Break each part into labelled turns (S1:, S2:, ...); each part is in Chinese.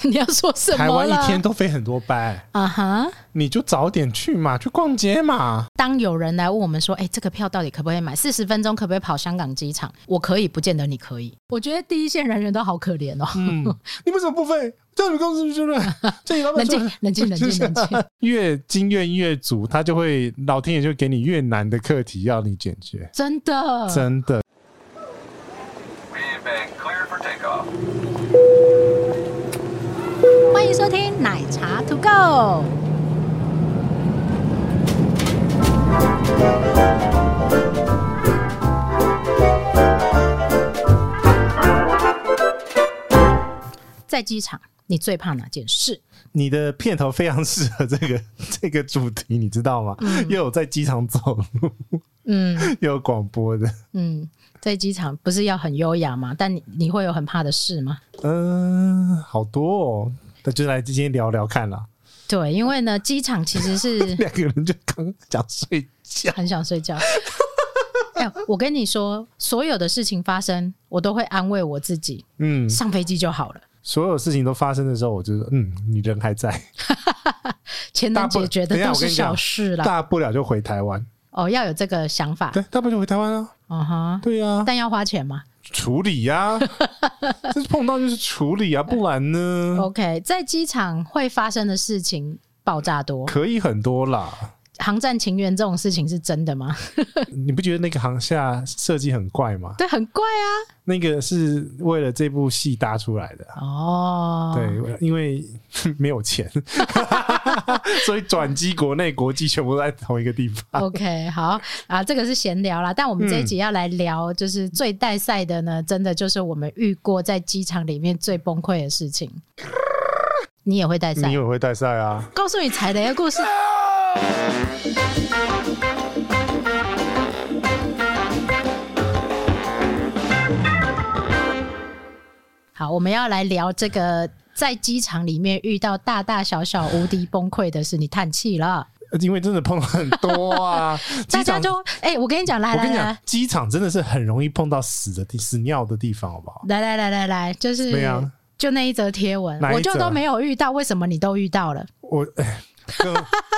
S1: 你要说什么？
S2: 台湾一天。都飞很多班，
S1: 啊哈！
S2: 你就早点去嘛，去逛街嘛。
S1: 当有人来问我们说：“哎、这个票到底可不可以买？四十分钟可不可以跑香港机场？”我可以，不见得你可以。我觉得第一线人员都好可怜哦。
S2: 嗯，你为什么不飞？叫你们公司去了，叫你老板
S1: 冷
S2: 去
S1: 静，冷静，冷静，冷静。
S2: 越经验越足，他就会老天爷就给你越难的课题要你解决，
S1: 真的，
S2: 真的。
S3: We've been cleared for takeoff.
S1: 欢迎收听奶茶 To Go。在机场，你最怕哪件事？
S2: 你的片头非常适合这个 这个主题，你知道吗？又有在机场走路，
S1: 嗯
S2: 又有广播的，
S1: 嗯，在机场不是要很优雅吗？但你你会有很怕的事吗？
S2: 嗯、好多哦。那就来今天聊聊看啦。
S1: 对，因为呢，机场其实是
S2: 两个人就刚讲睡觉，
S1: 很想睡觉。哎、我跟你说，所有的事情发生，我都会安慰我自己，
S2: 嗯，
S1: 上飞机就好了，
S2: 所有事情都发生的时候，我就说，嗯，你人还在，
S1: 钱
S2: 大
S1: 能
S2: 不
S1: 解决
S2: 等一
S1: 的
S2: 下
S1: 都
S2: 我跟
S1: 是
S2: 你讲
S1: 小事啦。
S2: 大不了就回台湾，
S1: 哦，要有这个想法，
S2: 对，大不了就回台湾啊，
S1: 嗯哼，
S2: 对呀、
S1: 但要花钱嘛。
S2: 处 理呀、这碰到就是处理啊，不然呢，
S1: OK，在机场会发生的事情爆炸多，
S2: 可以很多啦。
S1: 航站情缘这种事情是真的吗？
S2: 你不觉得那个航厦设计很怪吗？
S1: 对，很怪啊。
S2: 那个是为了这部戏搭出来的，
S1: 哦，
S2: 对，因为没有 钱，所以转机国内国际全部都在同一个地 方。
S1: OK，好啊，这个是闲聊啦。但我们这一
S2: 嗯
S1: 集要来聊，就是最带赛的呢，真的就是我们遇过在机场里面最崩溃的事情。 你也会带赛
S2: 你？也会带赛啊？
S1: 告诉你踩雷的故事。好，我们要来聊这个在机场里面遇到大大小小无敌崩溃的事，你叹气了。
S2: 因为真的碰到很多啊，
S1: 大
S2: 机
S1: 家
S2: 场
S1: 就哎、我跟你讲，来
S2: 我跟
S1: 来
S2: 你讲
S1: 来，，
S2: 机场真的是很容易碰到死的地、死尿的地方，好不好？
S1: 来来来来来，就是
S2: 怎么样
S1: 就那一则贴文，
S2: 哪一则
S1: 我就都没有遇到，为什么你都遇到了？
S2: 我，哎跟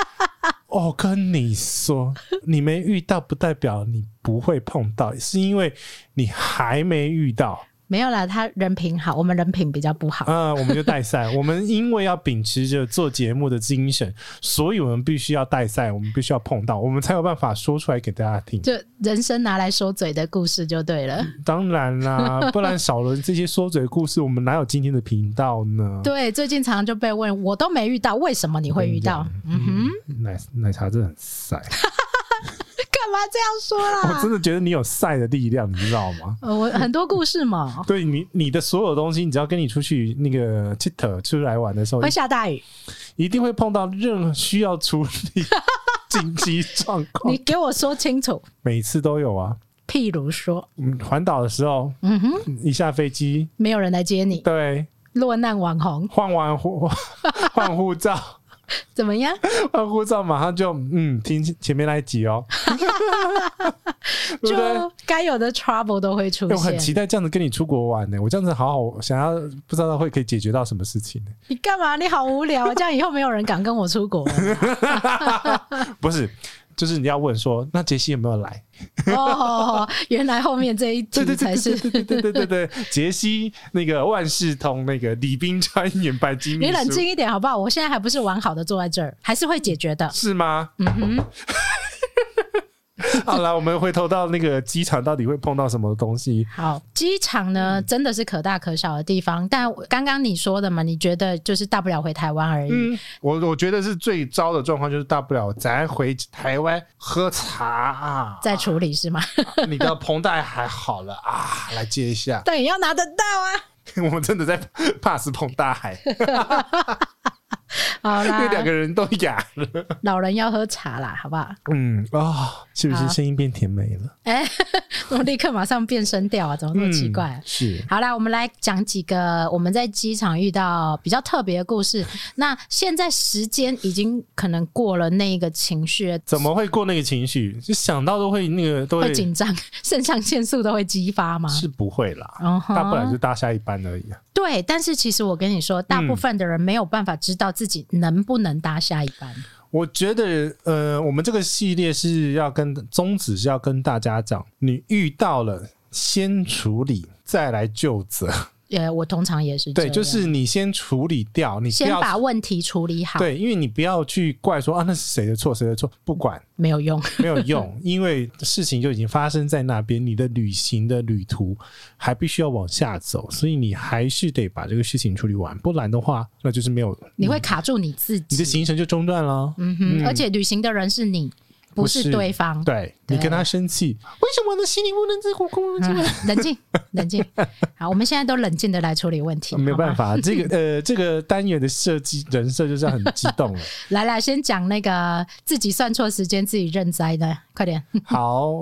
S2: 哦，跟你说，你没遇到不代表你不会碰到，是因为你还没遇到。
S1: 没有啦，他人品好，我们人品比较不好。
S2: 啊、我们就 带赛。我们因为要秉持着做节目的精神，所以我们必须要带赛，我们必须要碰到，我们才有办法说出来给大家听。
S1: 就人生拿来说嘴的故事就对了。
S2: 当然啦， 不然少了这些说嘴故事，我们哪有今天的频道呢？
S1: 对，最近常常就被问，我都没遇到，为什么你会遇到？嗯哼，
S2: 嗯，奶奶茶真的很晒，
S1: 干嘛这样说
S2: 我
S1: 啦？
S2: 真的觉得你有晒的力量，你知道 吗？
S1: 呃我很多故事嘛，
S2: 对你，你的所有东西，你只要跟你出去那个 t i t 出来玩的时候
S1: 会，下大雨，
S2: 一定会碰到任何需要处理紧急状 况
S1: 你，给我说清楚。
S2: 每次都有啊。
S1: 譬如说，
S2: 嗯，环岛的时候，
S1: 嗯哼，
S2: 一下飞机，
S1: 没有人来接你，
S2: 对，
S1: 落难网红
S2: 换完护换 护照，
S1: 怎么 样？
S2: 换护照马上就嗯，听前面那一集哦， 对不对？
S1: 就该有的 trouble 都会出
S2: 欸我很期
S1: 现。
S2: 待这样子跟你出国玩呢、我这样子好好想要，不知道会可以解决到什么事情、呢？
S1: 你干嘛？你好无聊啊，这样以后没有人敢跟我出国了。
S2: 不是，就是你要问说，那杰西有没有来？
S1: 哦，原来后面这一
S2: 对
S1: 题
S2: 对
S1: 才
S2: 对
S1: 是
S2: 对对对对对对，杰西那个万事通那个李冰川演白金秘
S1: 你
S2: 书，
S1: 冷静一点好不好？我现在还不是完好的坐在这儿，还是会解决的。
S2: 是吗？
S1: 嗯哼，
S2: 好啦，我们回头到那个机场，到底会碰到什么东西？
S1: 好，机场呢真的是可大可小的地方，但我刚刚你说的嘛，你觉得就是大不了回台湾而已。
S2: 嗯，我我觉得是最糟的状况，就是大不了咱回台湾喝茶啊，
S1: 再处理是吗？。
S2: 你的绷带还好了啊，来接一下
S1: 但也要拿得到啊！
S2: 我们真的在 pass 彭大海，
S1: 好
S2: 那两
S1: 啦，
S2: 个人都哑了。
S1: 老人要喝茶啦，好不好？
S2: 嗯啊、是不
S1: 好
S2: 是声音变甜美了？
S1: 哎、我立刻马上变声调啊，怎么那么奇怪、
S2: 嗯是
S1: 好啦，我们来讲几个我们在机场遇到比较特别的故 事。那现在时间已经可能过了那个情绪，
S2: 怎么会过那个情绪？就想到都会那个都
S1: 会紧张，肾上腺素都会激发吗？
S2: 是不会啦，
S1: 嗯哼
S2: 大不了就搭下一班而已啊。
S1: 对，但是其实我跟你说，大部分的人没有办法知道自己能不能搭下一班。
S2: 我觉得，呃，我们这个系列是要跟宗旨是要跟大家讲，你遇到了先处理，再来就责。
S1: 呃，我通常也是这
S2: 对，
S1: 样
S2: 就是你先处理掉，你不
S1: 先
S2: 要
S1: 把问题处理好，
S2: 对，因为你不要去怪说啊，那是谁的错，谁的错，不管
S1: 没有用。
S2: 没有用，因为事情就已经发生在那边，你的旅行的旅途还必须要往下走，所以你还是得把这个事情处理完，不然的话，那就是没有
S1: 你会卡住你自
S2: 嗯
S1: 己。
S2: 你的行程就中断了。
S1: 嗯哼，而且旅行的人是你，不是对啊方。
S2: 对你跟他生气，为什么我的心里不能自控控制？
S1: 嗯冷静，冷 静。好，我们现在都冷静的来处理问题。
S2: 哦没有办
S1: 好吗，
S2: 法，这个呃，这个单元的设计人设就是很激 动了。
S1: 来来，先讲那个自己算错时间，自己认栽的，快点。
S2: 好，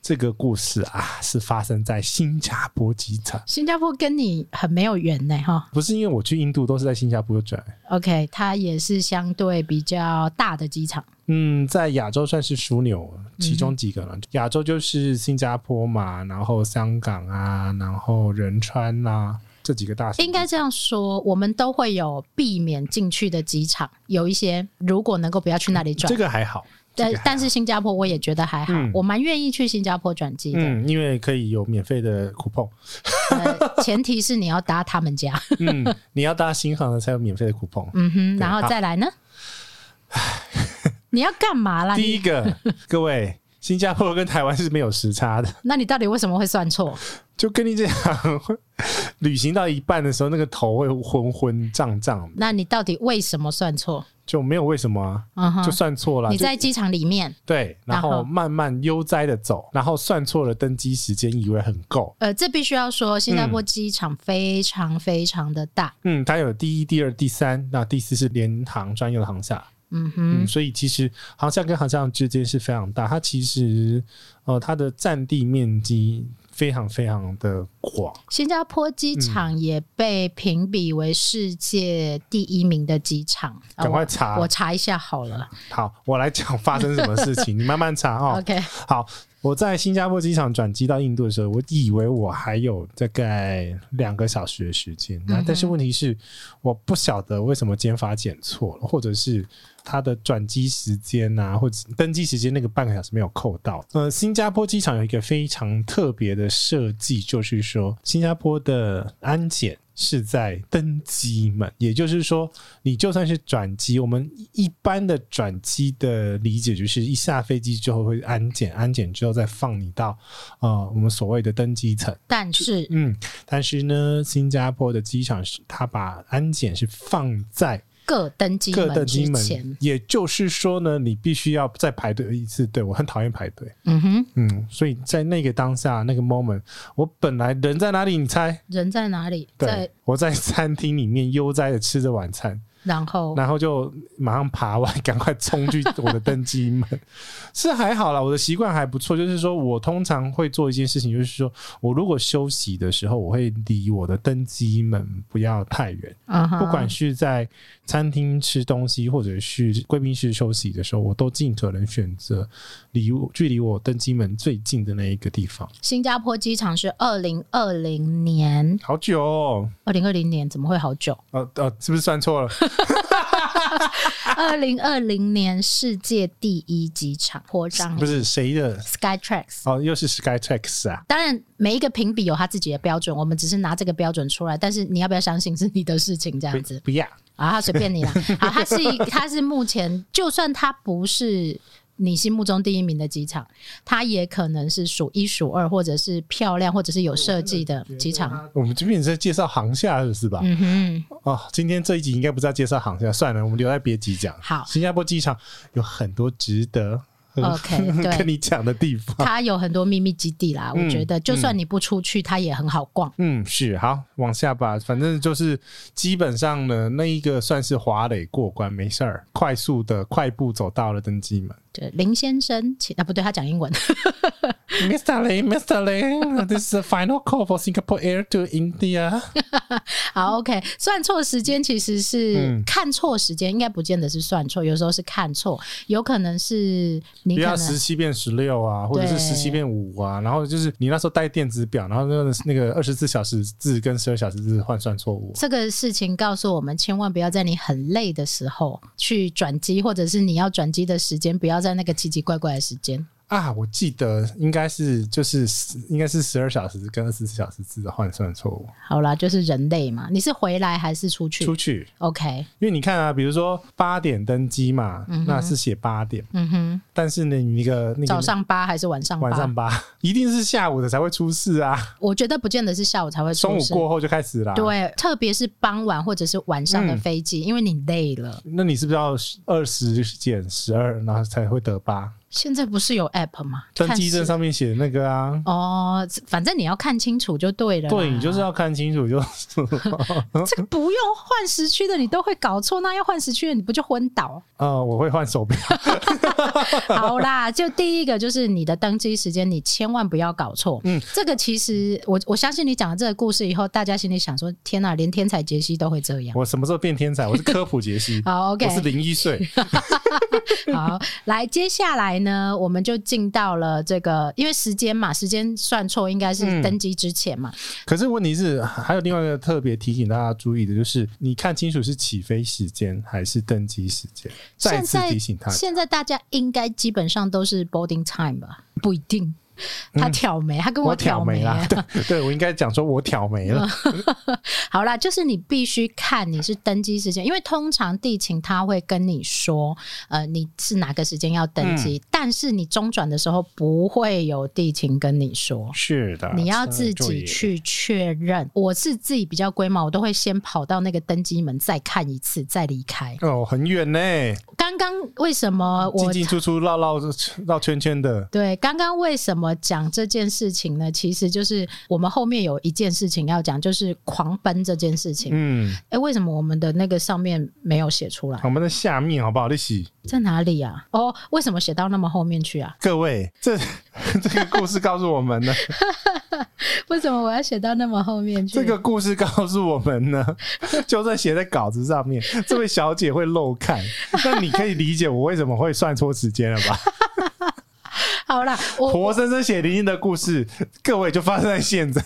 S2: 这个故事啊，是发生在新加坡机场，
S1: 新加坡跟你很没有缘呢，哈。
S2: 不是因为我去印度都是在新加坡转，
S1: OK，它也是相对比较大的机场。
S2: 嗯，在亚洲算是枢纽，其
S1: 嗯
S2: 中几个了。亚洲就是新加坡嘛，然后香港啊，然后仁川呐、这几个大城
S1: 应该这样说，我们都会有避免进去的机场，有一些如果能够不要去那里转
S2: 这，个还好，
S1: 但
S2: 这个还好
S1: 但是新加坡我也觉得还好，
S2: 嗯
S1: 我蛮愿意去新加坡转机的。
S2: 嗯，因为可以有免费的 coupon，
S1: 呃，前提是你要搭他们家，
S2: 嗯，你要搭新航的才有免费的 coupon。
S1: 嗯哼，
S2: 对
S1: 然后再来 呢？你要干嘛啦？
S2: 第一
S1: 你
S2: 个，各位，新加坡跟台湾是没有时差的。
S1: 那你到底为什么会算错？
S2: 就跟你讲，旅行到一半的时候，那个头会昏昏胀胀的，
S1: 那你到底为什么算错？
S2: 就没有为什么啊、
S1: 嗯
S2: 就
S1: 哼，
S2: 算错了。
S1: 你
S2: 就
S1: 在机场里面，
S2: 对，然
S1: 然
S2: 后
S1: 后
S2: 慢慢悠哉的走，然后算错了登机时间，以为很够。
S1: 呃，这必须要说，新加坡机场非常非常的大，
S2: 嗯，它有第一、第二、第三，那第四是联航专用的航厦。
S1: 嗯
S2: 嗯，
S1: 哼，
S2: 所以其实航厦跟航厦之间是非常大，它其实呃它的占地面积非常非常的广。
S1: 新加坡机
S2: 嗯
S1: 场也被评比为世界第一名的机场。呃
S2: 赶快
S1: 我
S2: 查
S1: 我查一下好了。
S2: 好，我来讲发生什么事 情，你慢慢查哦。
S1: OK，
S2: 好，我在新加坡机场转机到印度的时候，我以为我还有大概两个小时的时间，
S1: 嗯
S2: 那、但是问题是，我不晓得为什么减法减错了，或者是它的转机时间啊，或者登机时间那个半个小时没有扣到。呃，新加坡机场有一个非常特别的设计，就是说新加坡的安检。是在登机门，也就是说，你就算是转机，我们一般的转机的理解就是一下飞机之后会安检，安检之后再放你到呃我们所谓的登机层。
S1: 但是
S2: 嗯，但是呢，新加坡的机场是它把安检是放在
S1: 各登机
S2: 各
S1: 门
S2: 登机
S1: 之前
S2: 门，，也就是说呢，你必须要再排队一次队。我很讨厌排队，
S1: 嗯哼，
S2: 嗯，所以在那个当下那个 moment，我本来人在哪里？你猜？
S1: 人在哪里？在
S2: 对，我在餐厅里面悠哉的吃着晚餐，
S1: 然后
S2: 然后就马上爬完， 赶快冲去我的登机门。是还好啦，我的习惯还不错，就是说我通常会做一件事情，就是说我如果休息的时候，我会离我的登机门不要太远，
S1: 嗯哼，
S2: 不管是在餐厅吃东西，或者是贵宾室休息的时候，我都尽可能选择离我距离我登机门最近的那一个地方。
S1: 新加坡机场是二零二零年，
S2: 好久、哦，
S1: 二零二零年怎么会好久？
S2: 呃呃，是不是算错了？
S1: 二零二零年世界第一机场，扩张
S2: 不是谁的？
S1: Skytrax。
S2: 哦，又是 Skytrax 啊。
S1: 当然，每一个评比有他自己的标准，我们只是拿这个标准出来。但是你要不要相信是你的事情？这样
S2: 不
S1: 子，
S2: 不要，
S1: 啊，随便 你啦。啊，它是一，它是目前，就算它不是你心目中第一名的机场，它也可能是数一数二，或者是漂亮，或者是有设计的机场。
S2: 我们这边在介绍航厦是吧？
S1: 嗯哼，
S2: 哦，今天这一集应该不是要介绍航厦，算了，我们留在别集讲。
S1: 好
S2: 新加坡机场有很多值得很
S1: OK，对
S2: 跟你讲的 地方。
S1: 它有很多秘密基地啦。我觉得，就算你不出去，它也很好逛。
S2: 嗯，是好，往下吧。反正就是基 本上呢，那一个算是华磊过关，没事儿，快速的快步走到了登机门。
S1: 就是林先生，请啊不对，他讲英文，
S2: Mr. Lin, Mr. Lin, this is the final call for Singapore Air to India.
S1: 好，OK，算错时间其实是、
S2: 嗯
S1: 看错时间，应该不见得是算错，有时候是看错，有可能是你
S2: 不
S1: 可
S2: 要
S1: 能
S2: 十七变十六啊，或者是
S1: 对
S2: 十七变五啊，然后就是你那时候带电子表，然后那个那个二十四小时制跟十二小时制换算错误。
S1: 这个事情告诉我们，千万不要在你很累的时候去转机，或者是你要转机的时间，不要在那个奇奇怪怪的时间。
S2: 啊，我记得应该是就是应该是十二小时跟二十四小时制的换算错误。
S1: 好啦，就是人类嘛，你是回来还是出去
S2: 出去，
S1: o k
S2: 因为你看啊，比如说八点登机嘛，那是写八点，
S1: 嗯哼，
S2: 但是呢，你那个那个
S1: 早上八还是晚上八？
S2: 晚上八，一定是下午的才会出事啊，
S1: 我觉得不见得是下午才会出
S2: 中午
S1: 事
S2: 过后就开始啦。。
S1: 对，特别是傍晚或者是晚上的
S2: 啊嗯
S1: 飞机，因为你累了。
S2: 那你是不是要二十减十二，然后才会得八？
S1: 现在不是有 App 吗？
S2: 登
S1: 看
S2: 机证
S1: 时
S2: 上面写那个啊，
S1: 哦，反正你要看清楚就对了啊啦。
S2: 对你就是嗯要看清楚就，
S1: 这个不用换时区的，你都会搞错，那要换时区的你不就昏 倒？
S2: 呃，我会换手表，
S1: 好啦，就第一个就是你的登机时间，你千万不要搞错。嗯
S2: 嗯，
S1: 这个其实我我相信你讲了这个故事以后，大家心里想说：天哪、连天才杰西都会这样。，
S2: 我什么时候变天才？我是科普杰西
S1: 好，OK，
S2: 我是零 一岁，
S1: 好，来，接下来呢，我们就进到了这个，因为时间嘛，时间算错应该是
S2: 嗯
S1: 登机之前嘛。
S2: 可是问题是，还有另外一个特别提醒大家注意的，就是你看清楚是起飞时间还是登机时间。再
S1: 现
S2: 次
S1: 在
S2: 提醒他，
S1: 现在大家应该基本上都是 boarding time 吧？不一定，他挑眉，他跟
S2: 嗯我
S1: 挑
S2: 挑
S1: 眉
S2: 眉啦
S1: 啊，嗯
S2: 对 对，我应该讲说我挑眉了。
S1: 好啦，就是你必须看你是登机时间，因为通常地勤他会跟你说，呃，你是哪个时间要登机，
S2: 嗯
S1: 但是你中转的时候不会有地勤跟你说。
S2: 是的，
S1: 你要自己去确认，我是自己比较龟毛，我都会先跑到那个登机门再看一次，再离开。
S2: 哦，很远呢，
S1: 刚刚为什么
S2: 进
S1: 我
S2: 进出出绕绕绕圈圈的。
S1: 对，刚刚为什么讲这件事情呢？其实就是我们后面有一件事情要讲，就是狂奔这件事情。哎、
S2: 嗯，
S1: 为什么我们的那个上面没有写出来？
S2: 我们的下面好不好？利息，
S1: 在哪里啊？哦，为什么写到那么后面去啊？
S2: 各位，这 这个故事告诉我们呢，
S1: 嗯为什么我要写到那么后面去？
S2: 这个故事告诉我们呢， 就算写在稿子上面，这位小姐会漏 看，那你可以理解我为什么会算错时间了吧？
S1: 好啦，我
S2: 活生生血淋淋的故事，各位就发生在现在，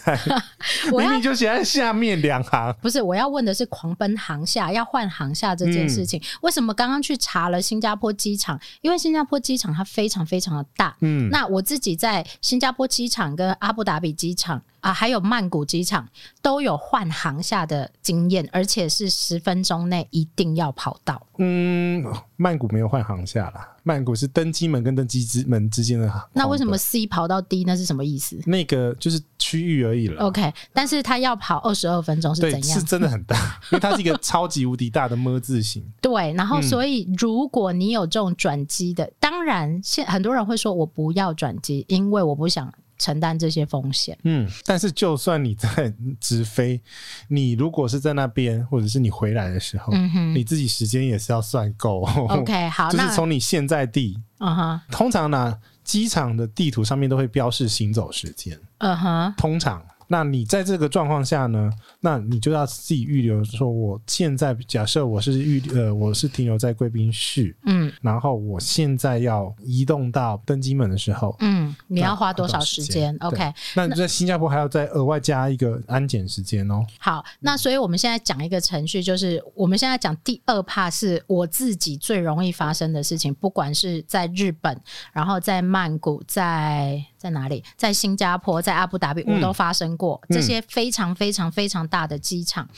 S1: 我
S2: 明
S1: 要
S2: 明就写在下面两行。
S1: 不是我要问的是狂奔航厦要换航厦这
S2: 嗯
S1: 件事情，为什么刚刚去查了新加坡机场？因为新加坡机场它非常非常的大，
S2: 嗯，
S1: 那我自己在新加坡机场、跟阿布达比机场啊，还有曼谷机场都有换航下的经验，而且是十分钟内一定要跑到。
S2: 嗯，曼谷没有换航下啦，曼谷是登机门跟登机之门之间的航。
S1: 那为什么 C 跑到 D 那是什么意思
S2: 那个就是区域而已了？
S1: ？OK，但是他要跑二十二分哦钟是
S2: 对，
S1: 怎
S2: 是
S1: 样？
S2: 真的很大，因为它是一个超级无敌大的么字形。
S1: 对，然
S2: 嗯
S1: 后所以如果你有这种转机的，当然现很多人会说我不要转机，因为我不想承担这些风险。
S2: 嗯，但是就算你在直飞，你如果是在那边，或者是你回来的时候，
S1: 嗯哼
S2: 你自己时间也是要算够哦。
S1: OK，好，
S2: 就
S1: 那
S2: 是从你现在地，
S1: 嗯哼
S2: 通常呢，机场的地图上面都会标示行走时间，
S1: 嗯哼
S2: 通常。那你在这个状况下呢？那你就要自己预留，说我现在假设我是预呃我是停留在贵宾室，
S1: 嗯
S2: 然后我现在要移动到登机门的时候，
S1: 嗯，你要
S2: 那
S1: 花多
S2: 花多
S1: 少
S2: 少
S1: 时
S2: 时
S1: 间
S2: 间
S1: ？OK，
S2: 对那你在新加坡还要再额外加一个安检时间哦。
S1: 好，那所以我们现在讲一个程序，就是我们现在讲第二怕是我自己最容易发生的事情，不管是在日本，然后在曼谷，在在哪里，在新加坡，在阿布达比，我都发生过、这些非常非常非常大的机场。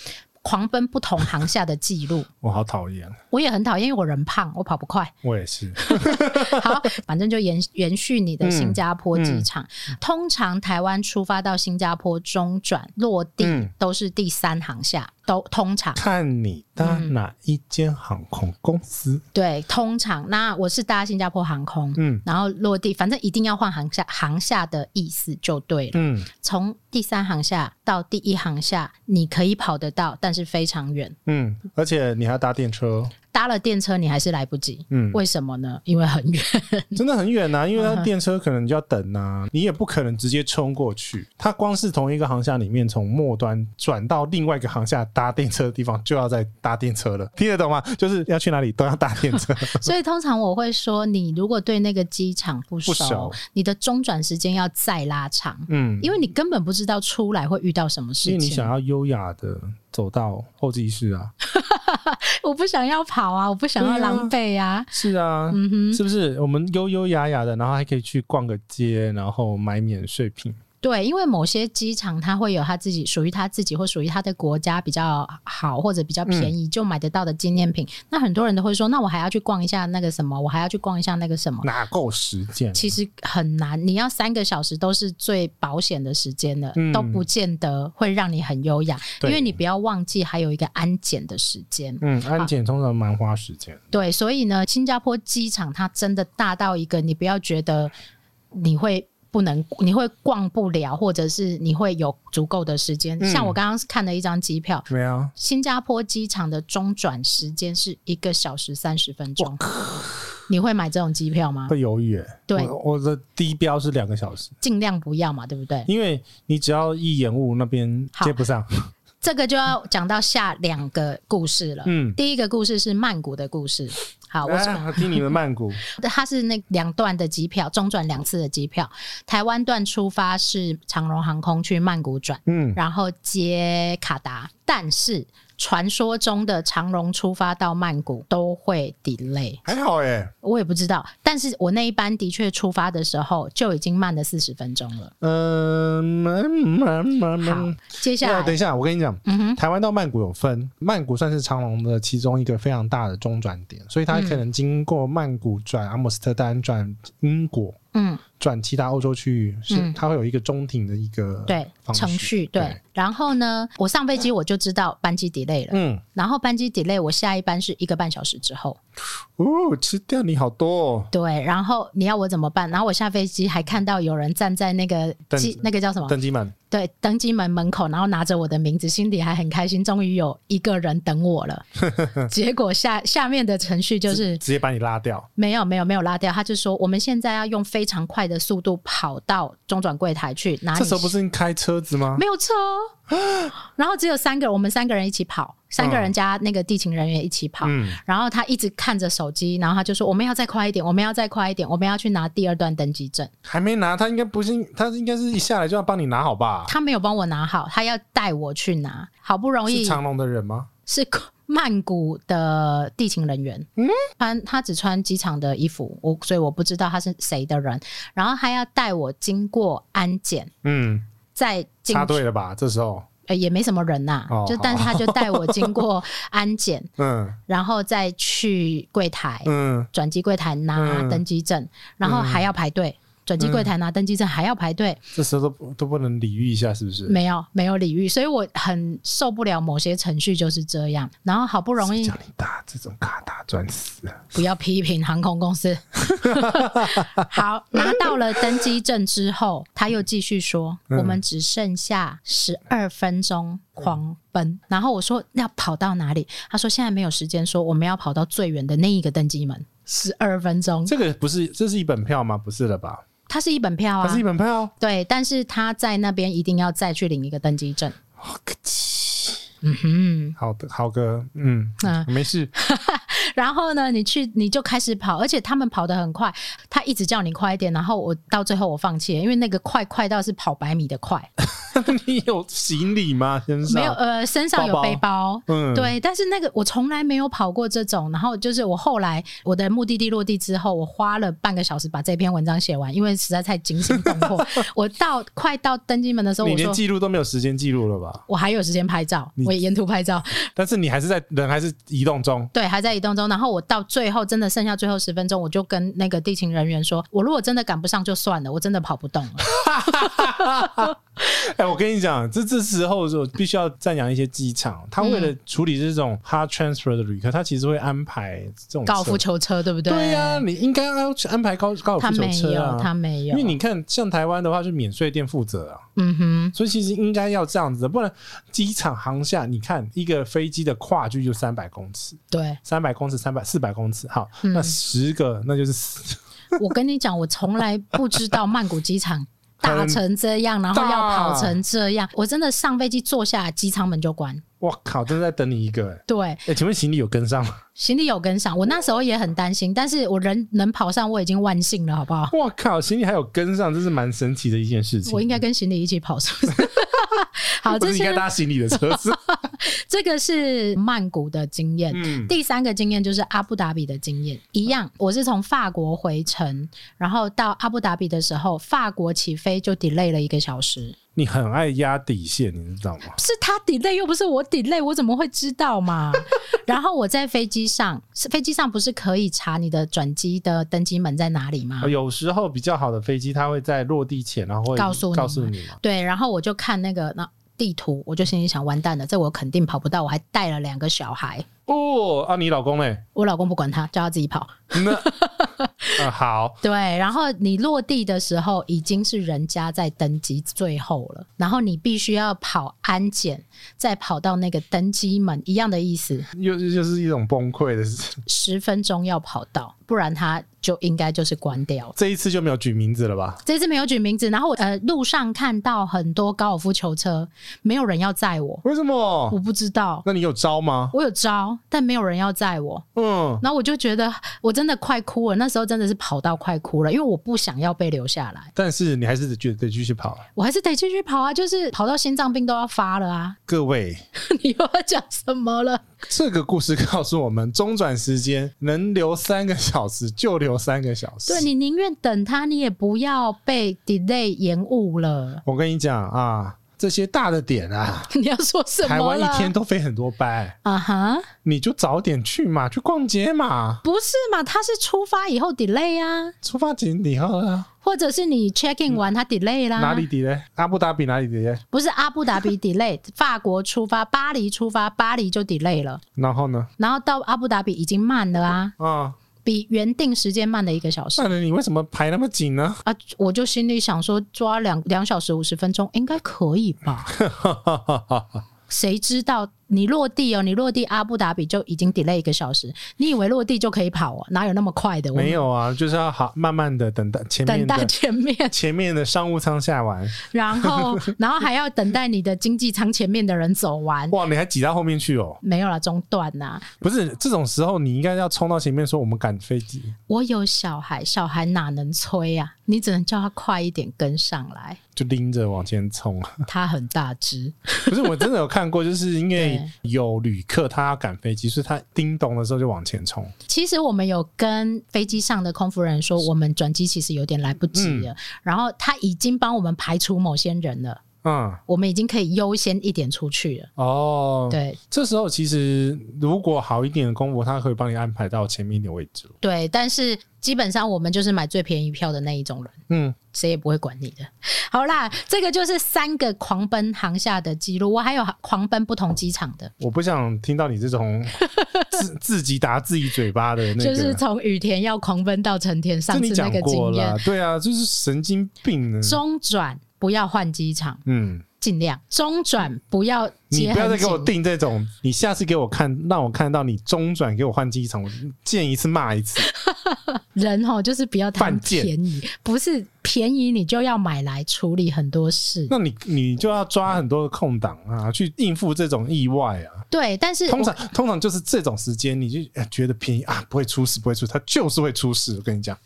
S1: 狂奔不同航下的记录，
S2: 我好讨厌，
S1: 我也很讨厌，因为我人胖，我跑不 快。
S2: 我也是。
S1: 好，反正就延延续你的新加坡机场。通常台湾出发到新加坡中转落地
S2: 嗯
S1: 都是第三航下，都通常
S2: 看你搭哪一间航空公司，
S1: 对，通常那我是搭新加坡航空，
S2: 嗯
S1: 然后落地，反正一定要换航下，航下的意思就对了。
S2: 嗯
S1: 从第三航下到第一航下，你可以跑得到，但是非常远。
S2: 嗯嗯，而且你还要搭电车，
S1: 搭了电车你还是来不及，
S2: 嗯，
S1: 为什么呢？因为很 远。
S2: 真的很远呐、因为
S1: 嗯
S2: 它
S1: 哼
S2: 电车可能就要等呐、你也不可能直接冲过去。它光是同一个航厦里面从末端转到另外一个航厦搭电车的地方，就要再搭电车了，听得懂吗？就是要去哪里都要搭电 车。
S1: 所以通常我会说，你如果对那个机场不熟，
S2: 不熟
S1: 你的中转时间要再拉长，
S2: 嗯，
S1: 因为你根本不知道出来会遇到什么事
S2: 因为
S1: 情。
S2: 你想要优雅的走到候机室啊，
S1: 我不想要跑啊，我不想要
S2: 对啊
S1: 狼狈啊。
S2: 是啊，
S1: 嗯哼，
S2: 是不是？我们优优雅雅的，然后还可以去逛个街，然后买免税品。
S1: 对，因为某些机场它会有它自己属于它自己或属于它的国家比较好或者比较
S2: 嗯
S1: 便宜就买得到的纪念品。那很多人都会说，那我还要去逛一下那个什么，我还要去逛一下那个什么。
S2: 哪够实践？
S1: 其实很难，你要三个小时都是最保险的时间了，
S2: 嗯
S1: 都不见得会让你很优雅，因
S2: 对
S1: 为你不要忘记还有一个安检的时间。
S2: 嗯，安检通常蛮花时间。
S1: 对，所以呢，新加坡机场它真的大到一个，你不要觉得你会。不能，你会逛不了，或者是你会有足够的时间。
S2: 嗯
S1: 像我刚刚看了一张机票，
S2: 没有，
S1: 新加坡机场的中转时间是一个小时三十分钟。你会买这种机票吗？
S2: 会犹豫欸。
S1: 对
S2: 我我的低标是两个小时，
S1: 尽量不要嘛，对不对？
S2: 因为你只要一延误，那边
S1: 好
S2: 接不上。
S1: 这个就要讲到下两个故事了。
S2: 嗯
S1: 第一个故事是曼谷的故事。好，我
S2: 哎，听你的曼谷，
S1: 它是那两段的机票，中转两次的机票。台湾段出发是长荣航空去曼谷转，
S2: 嗯，
S1: 然后接卡达，但是传说中的长荣出发到曼谷都会 delay，
S2: 还好哎、
S1: 我也不知道。但是我那一班的确出发的时候就已经慢了四十分钟了。
S2: 嗯、嗯嗯嗯
S1: 好
S2: 嗯，
S1: 接下
S2: 呃等一
S1: 来，
S2: 下，我跟你讲，
S1: 嗯哼，
S2: 台湾到曼谷有分，曼谷算是长隆的其中一个非常大的中转点，所以它可
S1: 嗯
S2: 能经过曼谷转阿姆斯特丹、转英国、
S1: 嗯，
S2: 转其他欧洲区域，是
S1: 嗯
S2: 它会有一个中庭的一个
S1: 对，
S2: 呃方
S1: 程序对
S2: 对。。
S1: 然后呢，我上飞机我就知道班机 delay 了。
S2: 嗯，
S1: 然后班机 delay，我下一班是一个半小时之后，
S2: 哦，吃掉你好多、哦，
S1: 对。然后你要我怎么办？然后我下飞机还看到有人站在那个
S2: 凳
S1: 机
S2: 子
S1: 那个叫什么？
S2: 登机门，
S1: 对，登机门门口，然后拿着我的名字，心里还很开心，终于有一个人等我 了。结果下下面的程序就是
S2: 直接把你拉掉。
S1: 没有没有没有拉掉，他就说我们现在要用非常快的速度跑到中转柜台去拿
S2: 这
S1: 你
S2: 时候不是开车子吗？
S1: 没有车哦， 然后只有三个人，我们三个人一起跑，三个人加那个地勤人员一起跑。
S2: 嗯，
S1: 然后他一直看着手机，然后他就说：“我们要再快一点，我们要再快一点，我们要去拿第二段登机证。
S2: 还没拿，他应该不是，他应该是一下来就要帮你拿好”吧？
S1: 他没有帮我拿好，他要带我去拿。好不容易
S2: 是长隆的人吗？
S1: 是曼谷的地勤人员，嗯，穿他只穿机场的衣服，我所以我不知道他是谁的人。然后他要带我经过安检，
S2: 嗯，
S1: 再进
S2: 插
S1: 去
S2: 队了吧？这时候，
S1: 呃也没什么人呐、
S2: 哦
S1: 就但是他就带我经过安检，
S2: 嗯
S1: 然后再去柜台，
S2: 嗯，
S1: 转机柜台拿
S2: 嗯
S1: 登机证，然后还要排队。转机柜台拿登机证还要排队，
S2: 这时候都都不能礼遇一下，是不是？
S1: 没有没有礼遇，所以我很受不了某些程序就是这样。然后好不容易
S2: 叫你打这种卡打专死，啊
S1: 不要批评航空公 司，好拿到了登机证之后，他又继续说、
S2: 嗯
S1: 我们只剩下十二分钟狂奔。然后我说要跑到哪里？他说现在没有时间说，我们要跑到最远的那一个登机门，十二分钟。
S2: 这个不是这是一本票吗？不是了吧？
S1: 它是一本票
S2: 它
S1: 啊，
S2: 是一本票，
S1: 对，但是他在那边一定要再去领一个登机证。嗯
S2: 好的，好哥，嗯，
S1: 哼，嗯，
S2: 没事，
S1: 然后呢，你去你就开始跑，而且他们跑得很快，他一直叫你快一点，然后我到最后我放弃了，因为那个快快到是跑百米的快，
S2: 你有行李吗？先生
S1: 没有，呃身上有
S2: 啊包包
S1: 背包，
S2: 嗯，
S1: 对，但是那个我从来没有跑过这种，然后就是我后来我的目的地落地之后，我花了半个小时把这篇文章写完，因为实在太惊心动魄。 我到快到登机门的时候，
S2: 你
S1: 我
S2: 连
S1: 说
S2: 记录都没有时间记录了吧？
S1: 我还有时间拍照，
S2: 你
S1: 我也沿途拍 照，
S2: 但是你还是在人还是移动中，
S1: 对，还在移动中。然后我到最后真的剩下最后十分钟，我就跟那个地勤人员说，我如果真的赶不上就算了，我真的跑不动 了。
S2: 哎、我跟你讲，这这时候我必须要赞扬一些机场，他为了
S1: 嗯
S2: 处理这种 hard transfer 的旅客，他其实会安排这种
S1: 高尔夫
S2: 车。
S1: 球车，对不对？
S2: 对呀、你应该要去安排高高尔
S1: 他
S2: 夫球
S1: 没
S2: 车
S1: 有，他
S2: 啊，
S1: 没
S2: 因
S1: 有，
S2: 为你看，像台湾的话是免税店负责啊，
S1: 嗯哼，
S2: 所以其实应该要这样子的，不然机场航厦，你看一个飞机的跨距就三百公尺，
S1: 对
S2: 三百公尺是三百四百公尺，好，
S1: 嗯
S2: 那十个那就是四
S1: 我跟你讲，我从来不知道曼谷机 场
S2: 很
S1: 大成这样，然后
S2: 大
S1: 要跑成这样。我真的上飞机坐下来，机舱门就关。
S2: 我靠，正在等你一个哎、
S1: 对，
S2: 哎、请问行李有跟上吗？
S1: 行李有跟上，我那时候也很担心，但是我人能跑上，我已经万幸了，好不 好？
S2: 我靠，行李还有跟上，这是蛮神奇的一件事情。
S1: 我应该跟行李一起跑，是不是？ 好，
S2: 不
S1: 这
S2: 是应该
S1: 是
S2: 搭行李的车 子？
S1: 这个是曼谷的经验。
S2: 嗯，
S1: 第三个经验就是阿布达比的经验，一样，我是从法国回程，然后到阿布达比的时候，法国起飞就 delay 了一个小时，
S2: 你很爱压底线，你知道吗？
S1: 是他 delay 又不是我 delay，我怎么会知道嘛？然后我在飞机上，是飞机上不是可以查你的转机的登机门在哪里吗？
S2: 有时候比较好的飞机，它会在落地前，然后会
S1: 告诉你
S2: 告诉你嘛。
S1: 对，然后我就看那个那地图，我就心里想，完蛋了，这我肯定跑不到，我还带了两个小孩，
S2: 哦，啊，你老公嘞？
S1: 我老公不管他，叫他自己跑。
S2: 那呃好，
S1: 对，然后你落地的时候已经是人家在登机最后了，然后你必须要跑安检，再跑到那个登机门，一样的意思，
S2: 又又是一种崩溃的事。
S1: 十分钟要跑到，不然他就应该就是关掉了。
S2: 这一次就没有举名字了吧？
S1: 这次没有举名字，然后我呃路上看到很多高尔夫球车，没有人要载我，
S2: 为什么
S1: 我？不知道，
S2: 那你有招吗？
S1: 我有招，但没有人要载我，
S2: 嗯，
S1: 然后我就觉得我真的快哭了，那时候真的是跑到快哭了，因为我不想要被留下来，
S2: 但是你还是得得得继续跑。
S1: 我还是得继续跑啊，就是跑到心脏病都要发了啊！
S2: 各位，
S1: 你又要讲什么了？
S2: 这个故事告诉我们，中转时间能留三个小时就留三个小时。
S1: 对你宁愿等他，你也不要被 delay 延误了。
S2: 我跟你讲啊，这些大的点啊，
S1: 你要说什么
S2: 台湾
S1: 了
S2: 一天都飞很多班，
S1: 啊哈
S2: 你就早点去嘛，去逛街嘛，
S1: 不是嘛？他是出发以后 delay 啊。
S2: 出发前你喝了，
S1: 或者是你 check in 完它 delay 啦，
S2: 嗯哪里抵嘞？阿布达比哪里抵嘞？
S1: 不是阿布达 比 delay，法国出发，巴黎出发，巴黎就 delay 了，
S2: 然后呢？
S1: 然后到阿布达比已经慢了啊，
S2: 啊，比
S1: 比原定时间慢了一个小时
S2: 那你为什么排那么紧呢？
S1: 啊！我就心里想说，抓两两小时五十分钟应该可以吧？谁知道你落地哦，你落地阿布达比就已经 delay 一个小时，你以为落地就可以跑啊？哪有那么快的？我们
S2: 没有啊，就是要好慢慢的等待前
S1: 等
S2: 面
S1: 待
S2: 的
S1: 前面，
S2: 前面的商务舱下完，
S1: 然后然后还要等待你的经济舱前面的人走完。
S2: 哇，你还挤到后面去哦？
S1: 没有啦，中断呐、
S2: 不是这种时候，你应该要冲到前面说我们赶飞机。
S1: 我有小孩，小孩哪能催呀、啊？你只能叫他快一点跟上来。
S2: 就拎着往前冲，
S1: 他很大只，
S2: 不是我真的有看过，就是 因为
S1: 对
S2: 有旅客他要赶飞机，所以他叮咚的时候就往前冲。
S1: 其实我们有跟飞机上的空服人说，我们转机其实有点来不及了。然后他已经帮我们排除某些人了，
S2: 嗯，
S1: 我们已经可以优先一点出去了。
S2: 哦，，
S1: 对
S2: 这时候其实如果好一点的公婆，他可以帮你安排到前面一点位置。
S1: 对，但是基本上我们就是买最便宜票的那一种人。
S2: 嗯，
S1: 谁也不会管你的。 好啦，这个就是三个狂奔航下的记录，我还有狂奔不同机场的，
S2: 我不想听到你这种自 自己打自己嘴巴的那个，
S1: 就是从羽田要狂奔到成田，
S2: 这
S1: 上
S2: 你
S1: 次那
S2: 讲
S1: 个
S2: 过
S1: 经
S2: 了
S1: 验。，
S2: 对啊，就是神经病呢。
S1: 中转不要换机场，
S2: 嗯，
S1: 尽量中转不要
S2: 你
S1: 接
S2: 不要再
S1: 很
S2: 给
S1: 紧
S2: 我。定这种，你下次给我看，让我看到你中转给我换机场，我见一次骂一次。
S1: 人哦，就是不要贪
S2: 犯贱
S1: 便宜，不是便宜你就要买来处理很多事。
S2: 那你你就要抓很多的空档啊，去应付这种意外啊。
S1: 对，但是
S2: 通
S1: 我
S2: 常通常就是这种时间，你就呃觉得便宜啊，不会出事，不会出事，它就是会出事。我跟你讲，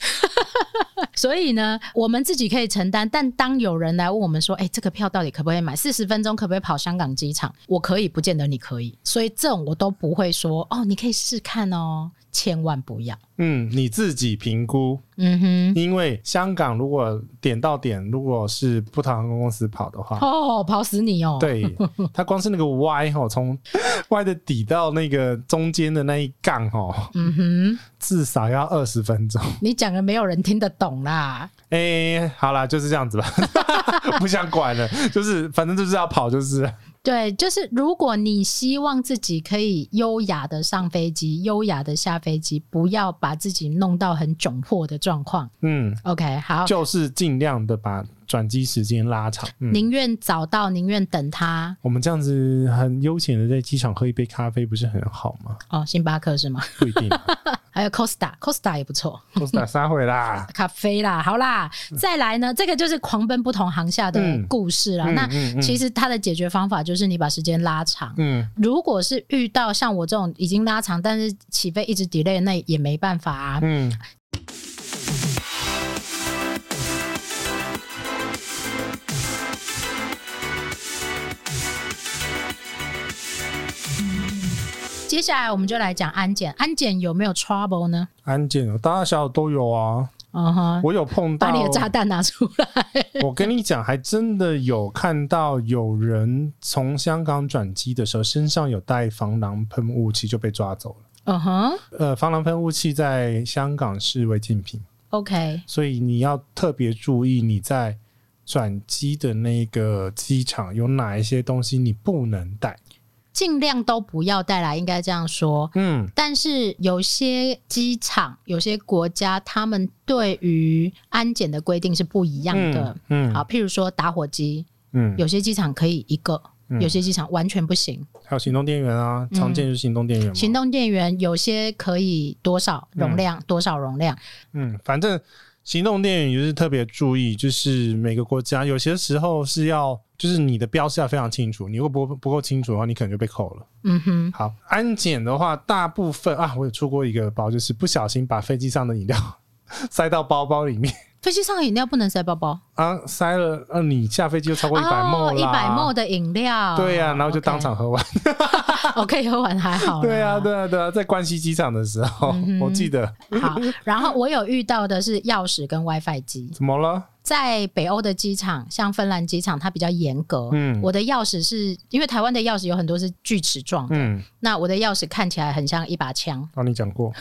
S1: 所以呢，我们自己可以承担，但当有人来问我们说：“哎、这个票到底可不可以买？四十分钟可不可以跑香港机场？”我可以，不见得你可以。所以这种我都不会说：“哦，你可以试试看哦。”千万不要。
S2: 嗯，你自己评估，
S1: 嗯
S2: 因为香港如果点到点，如果是不同航空公司跑的
S1: 哼，
S2: 话。
S1: 哦，跑死你哦。，
S2: 对，它光是 那个 Y 哈，从 Y 的底到那个中间的那一杠哈，
S1: 嗯哼，
S2: 至少要二十分钟。
S1: 你讲的没有人听得懂啦。
S2: 哎、好啦，就是这样 子吧， 不想管了，就是反正就是要跑，就是了
S1: 对，就是如果你希望自己可以优雅的上飞机、优雅的下飞机，不要把自己弄到很窘迫的状况。
S2: 嗯，
S1: OK，好，
S2: 就是尽量的把转机时间拉长。嗯
S1: 宁愿早到，宁愿等他。
S2: 我们这样子很悠闲的在机场喝一杯咖啡，不是很好吗？
S1: 哦，星巴克是吗？
S2: 不一定啊，
S1: 还有 Costa，Costa 也不错，
S2: 都是打撒会啦。
S1: 咖啡啦，好啦，再来呢，这个就是狂奔不同航厦的
S2: 嗯
S1: 故事啦。
S2: 嗯
S1: 那
S2: 嗯嗯
S1: 其实它的解决方法就是你把时间拉长。
S2: 嗯，
S1: 如果是遇到像我这种已经拉长，但是起飞一直 delay，那也没办法啊。
S2: 嗯，
S1: 接下来我们就来讲安检，安检有没有 trouble 呢？
S2: 安检有大大小小都有啊。
S1: 嗯哼，
S2: 我有碰到
S1: 把你的炸弹拿出来。
S2: 我跟你讲，还真的有看到有人从香港转机的时候，身上有带防狼喷雾器就被抓走了。
S1: 嗯哼
S2: 呃，防狼喷雾器在香港是违禁品，
S1: ，OK，
S2: 所以你要特别注意你在转机的那个机场有哪一些东西你不能带。
S1: 尽量都不要带来，应该这样说。
S2: 嗯，
S1: 但是有些机场、有些国家，他们对于安检的规定是不一样的。
S2: 嗯，
S1: 好，，譬如说打火机，
S2: 嗯，
S1: 有些机场可以一个，
S2: 嗯
S1: 有些机场完全不行。
S2: 还有行动电源啊，
S1: 嗯
S2: 常见就是行动电源嘛。
S1: 行，动电源有些可以多少容量，多少容量。
S2: 嗯，反正行动电源也是特别注意，就是每个国家有些时候是要，就是你的标示要非常清楚，你如果不不够清楚的话，你可能就被扣了。
S1: 嗯哼，
S2: 好，安检的话，大部分啊，我有出过一个包，就是不小心把飞机上的饮料 塞到包包里面。
S1: 飞机上的饮料不能塞包包，
S2: 啊，塞了，呃、你下飞机就超过一百
S1: 哦
S2: 梦，
S1: 一
S2: 啦，
S1: 百哦沫的饮料，
S2: 对呀、然后就当场喝完。
S1: 我可以喝完还好啦，
S2: 对啊，对啊，对啊，在关西机场的时候，
S1: 哦嗯哼
S2: 我记得
S1: 好，然后我有遇到的是钥匙跟 WiFi 机，
S2: 怎么了？
S1: 在北欧的机场，像芬兰机场，它比较严格。
S2: 嗯
S1: 我的钥匙是因为台湾的钥匙有很多是锯齿状的，
S2: 嗯，
S1: 那我的钥匙看起来很像一把枪，
S2: 哦，你讲过，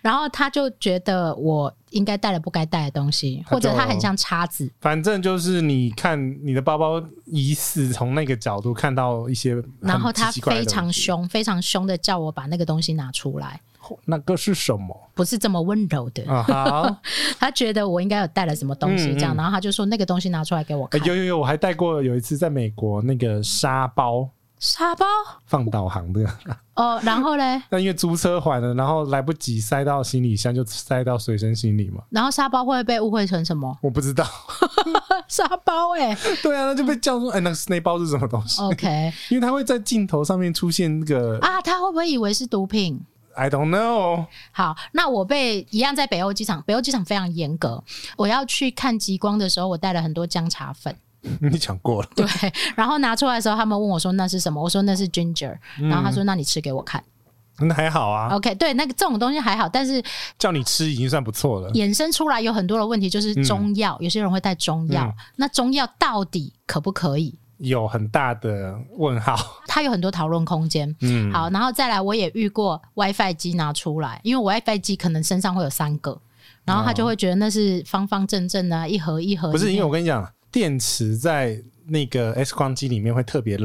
S1: 然后他就觉得我应该带了不该带的东西，
S2: 他就
S1: 或者它很像叉子。
S2: 反正就是你看你的包包，疑似从那个角度看到一些很
S1: 然后他
S2: 奇奇怪怪
S1: 非
S2: 的东
S1: 常
S2: 西，
S1: 凶，非常凶的叫我把那个东西拿出来，
S2: 那个是什 么
S1: 不是这么温柔的。
S2: 啊？好，
S1: 他觉得我应该有带了什么东西
S2: 嗯
S1: 这样，
S2: 嗯
S1: 然后他就说那个东西拿出来给我
S2: 哎
S1: 看。
S2: 有有有，我还带过有一次在美国那个沙包
S1: 沙包
S2: 放导航的，
S1: 哦，然后嘞，
S2: 但因为租车还了，然后来不及塞到行李箱，就塞到随身行李嘛。
S1: 然后沙包会被误会成什 么？
S2: 我不知道，
S1: 沙包哎、
S2: 对啊，那就被叫说，哎、那个那包是什么东
S1: 哦
S2: 西？
S1: OK
S2: 因为它会在镜头上面出现那个、
S1: 啊，他会不会以为是毒品？
S2: I don't know，
S1: 好，那我被一样在北欧机场，北欧机场非常严格。我要去看极光的时候，我带了很多姜茶粉，
S2: 你讲过了，
S1: 对。然后拿出来的时候，他们问我说那是什么，我说那是 ginger，然后他说那你吃给我看。
S2: 那还好啊，
S1: OK，对，那个这种东西还好，但是
S2: 叫你吃已经算不错了。
S1: 衍生出来有很多的问题，就是中药，有些人会带中药，
S2: 嗯
S1: 那中药到底可不可以？
S2: 有很大的问号。
S1: 它有很多讨论空间。
S2: 嗯，
S1: 好，然后再来，我也遇过 WiFi 机拿出来，因为我 WiFi 机可能身上会有三个，然后他就会觉得那是方方正正啊，一盒一盒，
S2: 不是因为我跟你讲，电池在那个 X 光机里面会特别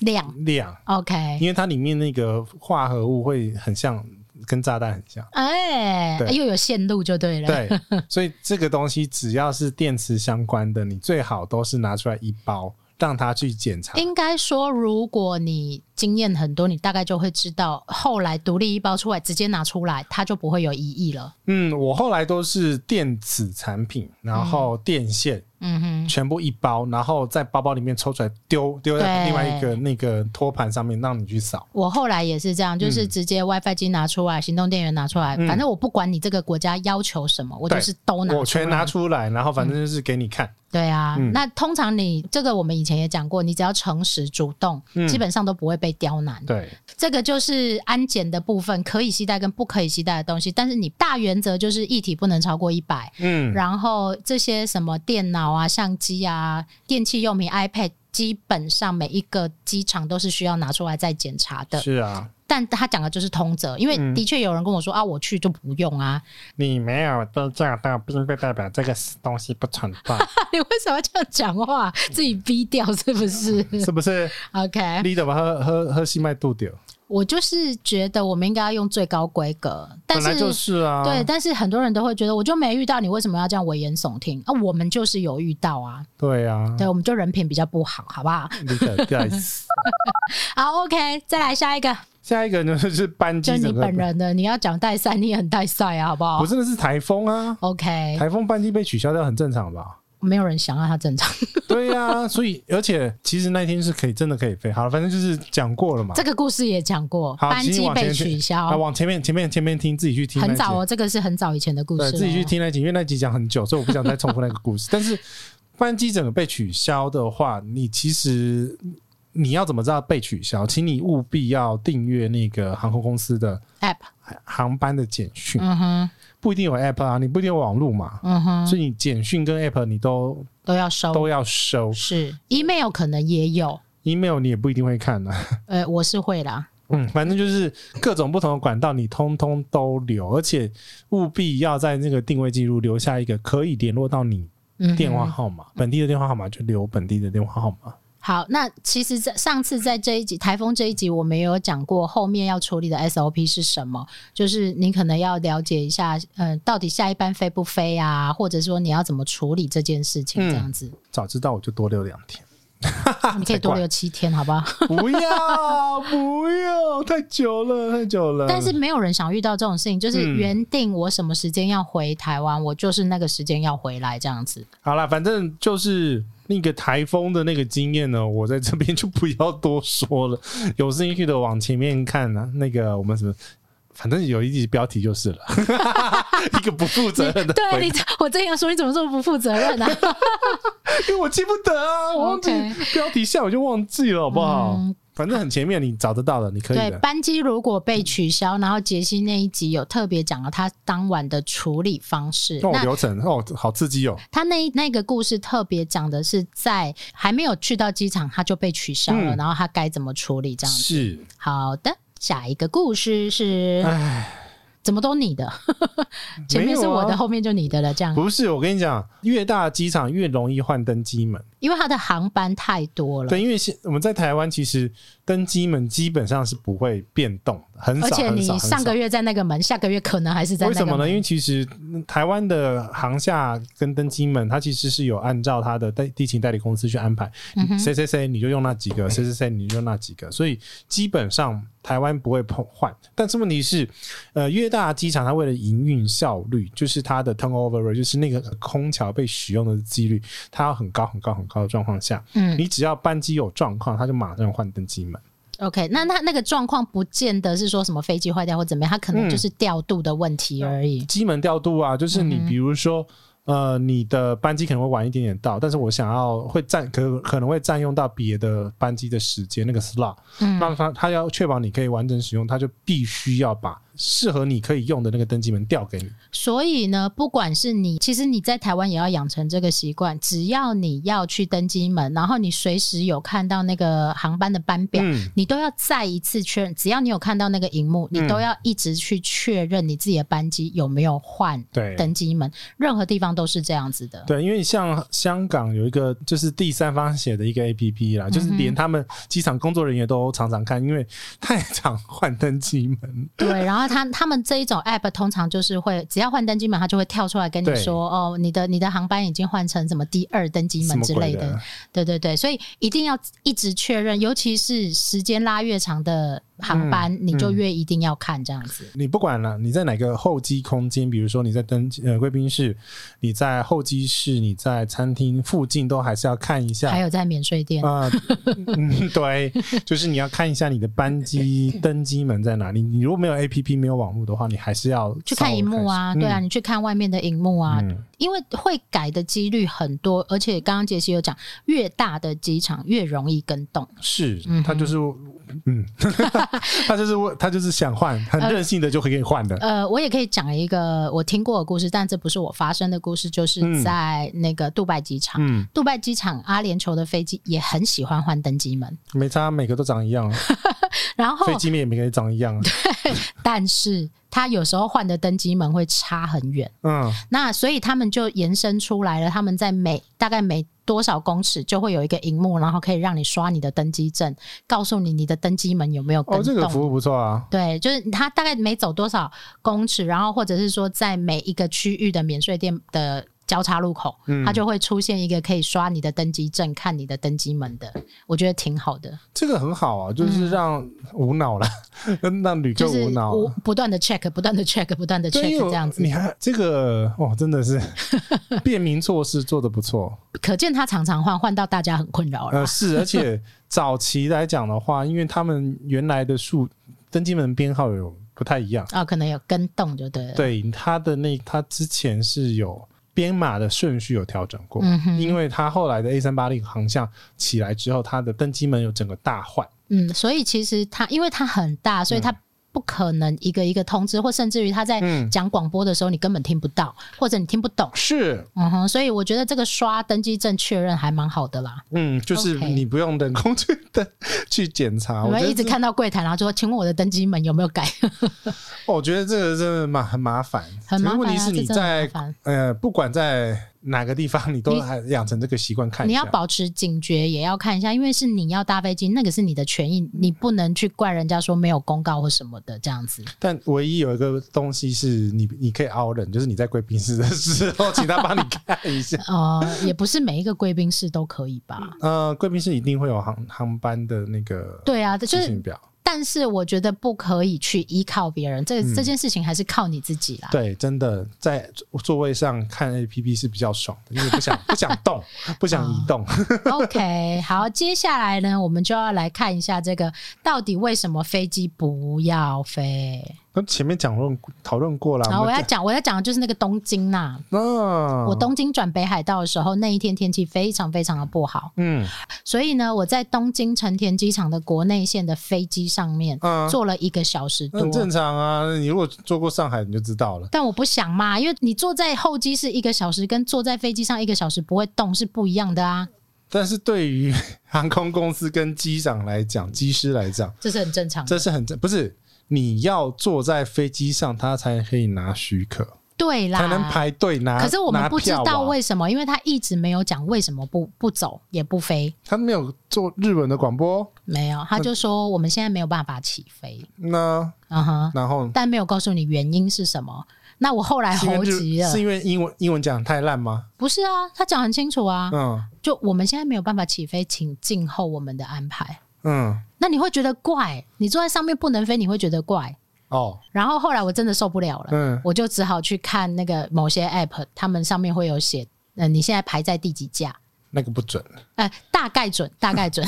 S1: 亮。
S2: 亮，
S1: OK，
S2: 因为它里面那个化合物会很像，跟炸弹很像。
S1: 哎、
S2: 对
S1: 又有线路就对了。
S2: 对，所以这个东西只要是电池相关的，你最好都是拿出来一包，让它去检查。
S1: 应该说，如果你经验很多，你大概就会知道，后来独立一包出来，直接拿出来，它就不会有疑义了。
S2: 嗯，我后来都是电子产品，然后电线、
S1: 嗯哼，
S2: 全部一包，然后在包包里面抽出来丢丢
S1: 对
S2: 在另外一个那个托盘上面，让你去扫。
S1: 我后来也是这样，就是直接 WiFi 机拿出来，行动电源拿出来，
S2: 嗯
S1: 反正我不管你这个国家要求什么，我
S2: 对
S1: 就是都拿出来。嗯
S2: 我全拿出来，然后反正就是给你看。
S1: 对啊，
S2: 嗯
S1: 那通常你这个我们以前也讲过，你只要诚实主动，
S2: 嗯
S1: 基本上都不会被刁难。
S2: 对，
S1: 这个就是安检的部分，可以携带跟不可以携带的东西。但是你大原则就是一体不能超过一百、
S2: 嗯，
S1: 然后这些什么电脑啊、相机啊、电器用品、iPad，基本上每一个机场都是需要拿出来再检查的。
S2: 是啊，
S1: 但他讲的就是通则，因为
S2: 嗯
S1: 的确有人跟我说、啊，我去就不用啊，
S2: 你没有被叫到，并不代表这个东西不存在，
S1: 你为什么这样讲话？自己逼掉是不是
S2: 是不是
S1: ？OK，
S2: 你怎么喝喝喝西麦度丢？
S1: 我就是觉得我们应该要用最高规格，但
S2: 本来
S1: 是、
S2: 就是啊，
S1: 对，但是很多人都会觉得我就没遇到，你为什么要这样危言耸听啊？我们就是有遇到啊，
S2: 对啊，
S1: 对，我们就人品比较不好，好不好？
S2: 你可 该死。
S1: 好，OK，再来下一个，
S2: 下一个呢是班
S1: 就
S2: 机，
S1: 是你
S2: 整个
S1: 本人的，你要讲带赛，你也很带赛啊，好不好
S2: 不是那是台风啊，
S1: ？OK，
S2: 台风班机被取消掉很正常 吧？
S1: 没有人想让他正常，
S2: 对呀、所以而且其实那天是可以真的可以飞，好了，反正就是讲过了嘛
S1: 这。个故事也讲过，
S2: 好
S1: 班
S2: 其实
S1: 机
S2: 往
S1: 被
S2: 前去
S1: 取
S2: 啊，
S1: 消，
S2: 往前面前面前面听，自己去听那集，
S1: 很早哦，这个是很早以前的故事
S2: 对
S1: 了，
S2: 自己去听那集，因为那集讲很久，所以我不想再重复那个 故事。但是班机整个被取消的话，你其实你要怎么知道被取消？请你务必要订阅那个航空公司的
S1: App，
S2: 航班的简讯，
S1: 嗯哼，
S2: 不一定有 app 啊，你不一定有网络嘛，
S1: 嗯哦哼，
S2: 所以你简讯跟 app 你都
S1: 都要收，
S2: 都要收
S1: 是 email 可能也有，
S2: ，email 你也不一定会看啊的、
S1: 呃，我是会啦，
S2: 嗯，反正就是各种不同的管道，你通通都留，而且务必要在那个定位记录留下一个可以联络到你
S1: 嗯哼，
S2: 电话号码，本地的电话号码就留本地的电话号码。
S1: 好，那其实在上次在这一集台风这一集，我们也有讲过后面要处理的 SOP 是什么，就是你可能要了解一下，呃，到底下一班飞不飞啊，或者说你要怎么处理这件事情，
S2: 嗯啊
S1: 这样子，
S2: 早知道我就多留两 天，
S1: 你可以多留七天，好不好？
S2: 不要不要，太久了太久了。
S1: 但是没有人想遇到这种事情，就是
S2: 嗯
S1: 原定我什么时间要回台湾，我就是那个时间要回来这样子。
S2: 好啦，反正就是那个台风的那个经验呢，我在这边就不要多说了。有兴趣的往前面看啊，那个我们什么，反正有一集标题就是了， 一个不负责 任的
S1: 对
S2: 回
S1: 你
S2: 答，，
S1: 我正想说你怎么这么不负责任呢、啊？
S2: 因为我记不得啊，我忘记
S1: OK
S2: 标题下我就忘记了，好不好？
S1: 嗯
S2: 反正很前面你找得到的，你可以
S1: 对，
S2: 的。
S1: 班机如果被取消，然后杰西那一集有特别讲了他当晚的处理方式。
S2: 哦，
S1: 那
S2: 流程哦，好刺激哦！
S1: 他那那个故事特别讲的是在还没有去到机场，他就被取消了，
S2: 嗯
S1: 然后他该怎么处理这样子。
S2: 是，
S1: 好的，下一个故事是
S2: 哎，
S1: 怎么都你 的，前面是我的，后面就你的了，这样，
S2: 啊不是我跟你讲，越大的机场越容易换登机门。
S1: 因为他的航班太多了。
S2: 对，因为现我们在台湾其实登机门基本上是不会变动的，很少。
S1: 而且
S2: 很少
S1: 你
S2: 很少
S1: 上个月在那个门，下个月可能还是在那
S2: 为
S1: 个
S2: 什么呢？
S1: 门
S2: 因为其实嗯台湾的航厦跟登机门，它其实是有按照它的代地勤代理公司去安排，
S1: 嗯
S2: 谁谁谁你就用那几个，谁谁谁你就用那几个，所以基本上台湾不会碰换。但是问题是，呃，越大的机场它为了营运效率，就是它的 turnover rate，就是那个空桥被使用的几率，它要很高很高很高的状况下，
S1: 嗯
S2: 你只要班机有状况，它就马上换登机门。
S1: OK，那那那个状况不见得是说什么飞机坏掉或怎么样，它可能
S2: 嗯
S1: 就是调度的问题而已。
S2: 机门调度啊，
S1: 嗯
S2: 就是你比如说。呃，你的班机可能会晚一点点到，但是我想要会占可可能会占用到别的班机的时间那个 slot，、
S1: 嗯
S2: 那他他要确保你可以完整使用，他就必须要把适合你可以用的那个登机门调给你。
S1: 所以呢，不管是你，其实你在台湾也要养成这个习惯。只要你要去登机门，然后你随时有看到那个航班的班表，
S2: 嗯
S1: 你都要再一次确认。只要你有看到那个荧幕，你
S2: 嗯
S1: 都要一直去确认你自己的班机有没有换
S2: 对
S1: 登机门。任何地方都是这样子的。
S2: 对，因为像香港有一个就是第三方写的一个 A P P 啦，
S1: 嗯
S2: 就是连他们机场工作人员都常常看，因为太常换登机门。
S1: 对， 然后他他们这一种 app 通常就是会，只要换登机门，他就会跳出来跟你
S2: 对
S1: 说，哦，你的你的航班已经换成什么第二登机门之类
S2: 什么
S1: 的
S2: 鬼的。
S1: 对对对，所以一定要一直确认，尤其是时间拉越长的航
S2: 嗯
S1: 班，你就越一定要看这样子。
S2: 你不管了，你在哪个候机空间，比如说你在登呃贵宾室，你在候机室，你在餐厅附近，都还是要看一
S1: 还
S2: 下。
S1: 有在免税店，
S2: 嗯啊、嗯， 对，就是你要看一下你的班机登机门在哪里。你如果没有 A P P 没有网络的话，你还是要
S1: 去看荧幕啊，
S2: 稍微看一
S1: 对
S2: 下
S1: 啊，，你去看外面的荧幕啊，
S2: 嗯
S1: 因为会改的几率很多，而且刚刚杰西有讲，越大的机场越容易跟动。
S2: 是
S1: 嗯哼，
S2: 他就是，嗯，他 就是他就是想换，很任性的就可以换 的。
S1: 呃，我也可以讲一个我听过的故事，但这不是我发生的故事，就是
S2: 嗯
S1: 在那个杜拜机场。
S2: 嗯，
S1: 杜拜机场阿联酋的飞机也很喜欢换登机门，
S2: 没差，每个都长一样，
S1: 然后
S2: 飞机面也每个都长一样。
S1: 但是它有时候换的登机门会差很远，
S2: 嗯，
S1: 那所以他们就延伸出来了，他们在每大概每多少公尺就会有一个荧幕，然后可以让你刷你的登机证，告诉你你的登机门有没有跟
S2: 哦，这
S1: 动。
S2: 个服务不错啊。
S1: 对，就是它大概每走多少公尺，然后或者是说在每一个区域的免税店的交叉路口，
S2: 嗯
S1: 它就会出现一个可以刷你的登机证、看你的登机门的，我觉得挺好的，
S2: 这个很好啊，就是让无脑了， 让旅客
S1: 嗯就是
S2: 无脑。啊
S1: 我不断的 check，不断的 check，不断的
S2: 对，
S1: check
S2: 因为
S1: 这样子
S2: 你，还这个哦，真的是便民措施做的不错。
S1: 可见它常常换，换到大家很困扰了
S2: 呃，。是，而且早期来讲的话，因为他们原来的数登机门编号有不太一样，
S1: 啊、可能有跟动就对了。，
S2: 对他的那他之前是有编码的顺序有调整过，
S1: 嗯哼
S2: 因为他后来的 A 三八零航向起来之后，他的登机门有整个大换。
S1: 嗯，所以其实它因为它很大，所以它不可能一个一个通知，或甚至于它在
S2: 嗯
S1: 讲广播的时候你根本听不到，或者你听不懂。
S2: 是，
S1: 嗯哼，所以我觉得这个刷登机证确认还蛮好的啦。
S2: 嗯，就是你不用人工去 的去检查，
S1: 我
S2: 啊我觉
S1: 们
S2: 得
S1: 一直
S2: 这
S1: 看到柜台，然后就说：“请问我的登机门有没有 改
S2: 哦我觉得这个真的蛮很麻烦，
S1: 很麻烦啊
S2: 可是问题是你
S1: 这真的很
S2: 在
S1: 麻烦
S2: 呃，不管在哪个地方，你都
S1: 你
S2: 还养成这个习惯？”看一
S1: 你
S2: 下。
S1: 要保持警觉，也要看一下，因为是你要搭飞机，那个是你的权益，你不能去怪人家说没有公告或什么的这样 子。
S2: 但唯一有一个东西是你你可以凹人，就是你在贵宾室的时候，请他帮你看一下。
S1: 呃，也不是每一个贵宾室都可以吧？
S2: 呃，贵宾室一定会有航航班的那个
S1: 对啊，就
S2: 资
S1: 是
S2: 讯表，
S1: 但是我觉得不可以去依靠别人，这、
S2: 嗯
S1: 这件事情还是靠你自己啦。
S2: 对，真的在座位上看 A P P 是比较爽的，因为不想不想动，不想移动。
S1: OK，好，接下来呢，我们就要来看一下这个到底为什么飞机不要飞。
S2: 那前面讲论讨论过了，
S1: 然后
S2: 我
S1: 我
S2: 们嗯啊
S1: 要讲，我要讲的就是那个东京呐、
S2: 那
S1: 我东京转北海道的时候，那一天天气非常非常的不好，
S2: 嗯
S1: 所以呢，我在东京成田机场的国内线的飞机上面
S2: 嗯，
S1: 坐了一个小时
S2: 那
S1: 多。
S2: 很正常啊。你如果坐过上海，你就知道了。
S1: 但我不想嘛，因为你坐在候机室一个小时，跟坐在飞机上一个小时不会动是不一样的啊，
S2: 但是对于 航空公司跟机长来讲，机师来讲，
S1: 这是很正常的。
S2: 这是很正，不是你要坐在飞机上，他才可以拿许可，
S1: 对啦，
S2: 才能排队拿。
S1: 可是我们
S2: 拿
S1: 不知
S2: 票啊
S1: 道为什么，因为他一直没有讲为什么不不走也不飞，
S2: 他没有做日本的广播，
S1: 没有，他就说我们现在没有办法起飞，
S2: 那
S1: 嗯哼，
S2: 然后
S1: 但没有告诉你原因是什么。那我后来
S2: 是因
S1: 猴
S2: 为
S1: 急
S2: 日
S1: 了
S2: 是，因为英文英文讲得太烂吗？
S1: 不是啊，他讲很清楚啊，
S2: 嗯
S1: 就我们现在没有办法起飞，请静候我们的安排。
S2: 嗯
S1: 那你会觉得怪，你坐在上面不能飞，你会觉得怪。
S2: 哦
S1: 然后后来我真的受不了了，
S2: 嗯
S1: 我就只好去看那个某些 app，他们上面会有写，嗯、你现在排在第几架，
S2: 那个不准，
S1: 呃，大概准， 大概准。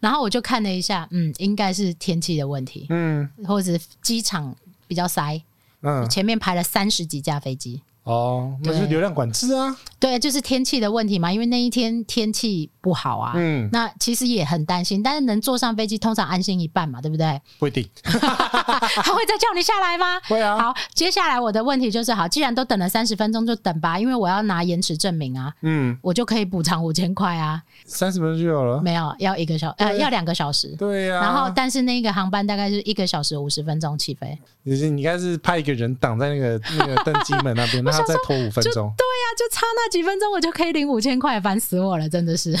S1: 然后我就看了一下，嗯，应该是天气的问题，
S2: 嗯
S1: 或者是机场比较塞，
S2: 嗯
S1: 前面排了三十几架飞机。
S2: 哦，那是
S1: 对
S2: 流量管制啊，
S1: 对，就是天气的问题嘛，因为那一天天气不好啊。
S2: 嗯
S1: 那其实也很担心，但是能坐上飞机，通常安心一半嘛，对不 对？
S2: 不一定
S1: 他会再叫你下来吗？
S2: 会啊，
S1: 好，接下来我的问题就是，好，既然都等了三十分钟，就等吧，因为我要拿延迟证明啊，
S2: 嗯，
S1: 我就可以补偿五千块啊。
S2: 三十分钟就有了，
S1: 没有，要一个小呃，
S2: 对
S1: 要两个小时。
S2: 对呀、啊，
S1: 然后，但是那个航班大概是一个小时五十分钟起飞，对
S2: 你是你应该是派一个人挡在那个 那个登机门那边，让他再拖五分钟。
S1: 呀、就差那几分钟我就可以领五千块，烦死我了，真的 是。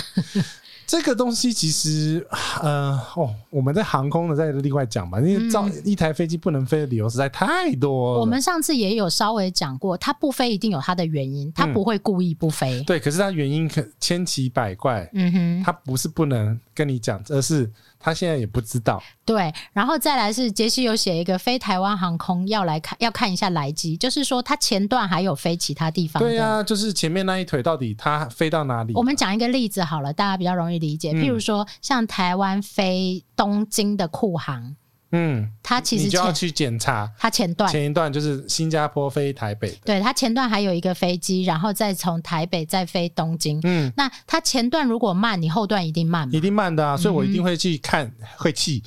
S2: 这个东西其实，呃，哦，我们在航空的再另外讲吧，因为造一台飞机不能飞的理由实在太多了。
S1: 嗯我们上次也有稍微讲过，他不飞一定有他的原因，他不会故意不飞。
S2: 嗯对，可是它原因可千奇百怪，
S1: 嗯哼，
S2: 他不是不能跟你讲，而是他现在也不知道。
S1: 对。然后再来是杰西有写一个飞台湾航空要来看，要看一下来机，就是说他前段还有飞其他地方的。
S2: 对啊呀、就是前面那一腿到底它飞到哪里？
S1: 我们讲一个例子好了，大家比较容易理
S2: 嗯
S1: 解。譬如说，像台湾飞东京的库航，
S2: 嗯，
S1: 它其
S2: 你
S1: 实
S2: 就要
S1: 前
S2: 去检查
S1: 它前段
S2: 前一段就是新加坡飞台北的，
S1: 对，它前段还有一个飞机，然后再从台北再飞东京。
S2: 嗯，
S1: 那它前段如果慢，你后段一定慢嘛
S2: 一定慢的
S1: 嗯
S2: 啊，所以我一定会去看， 会去，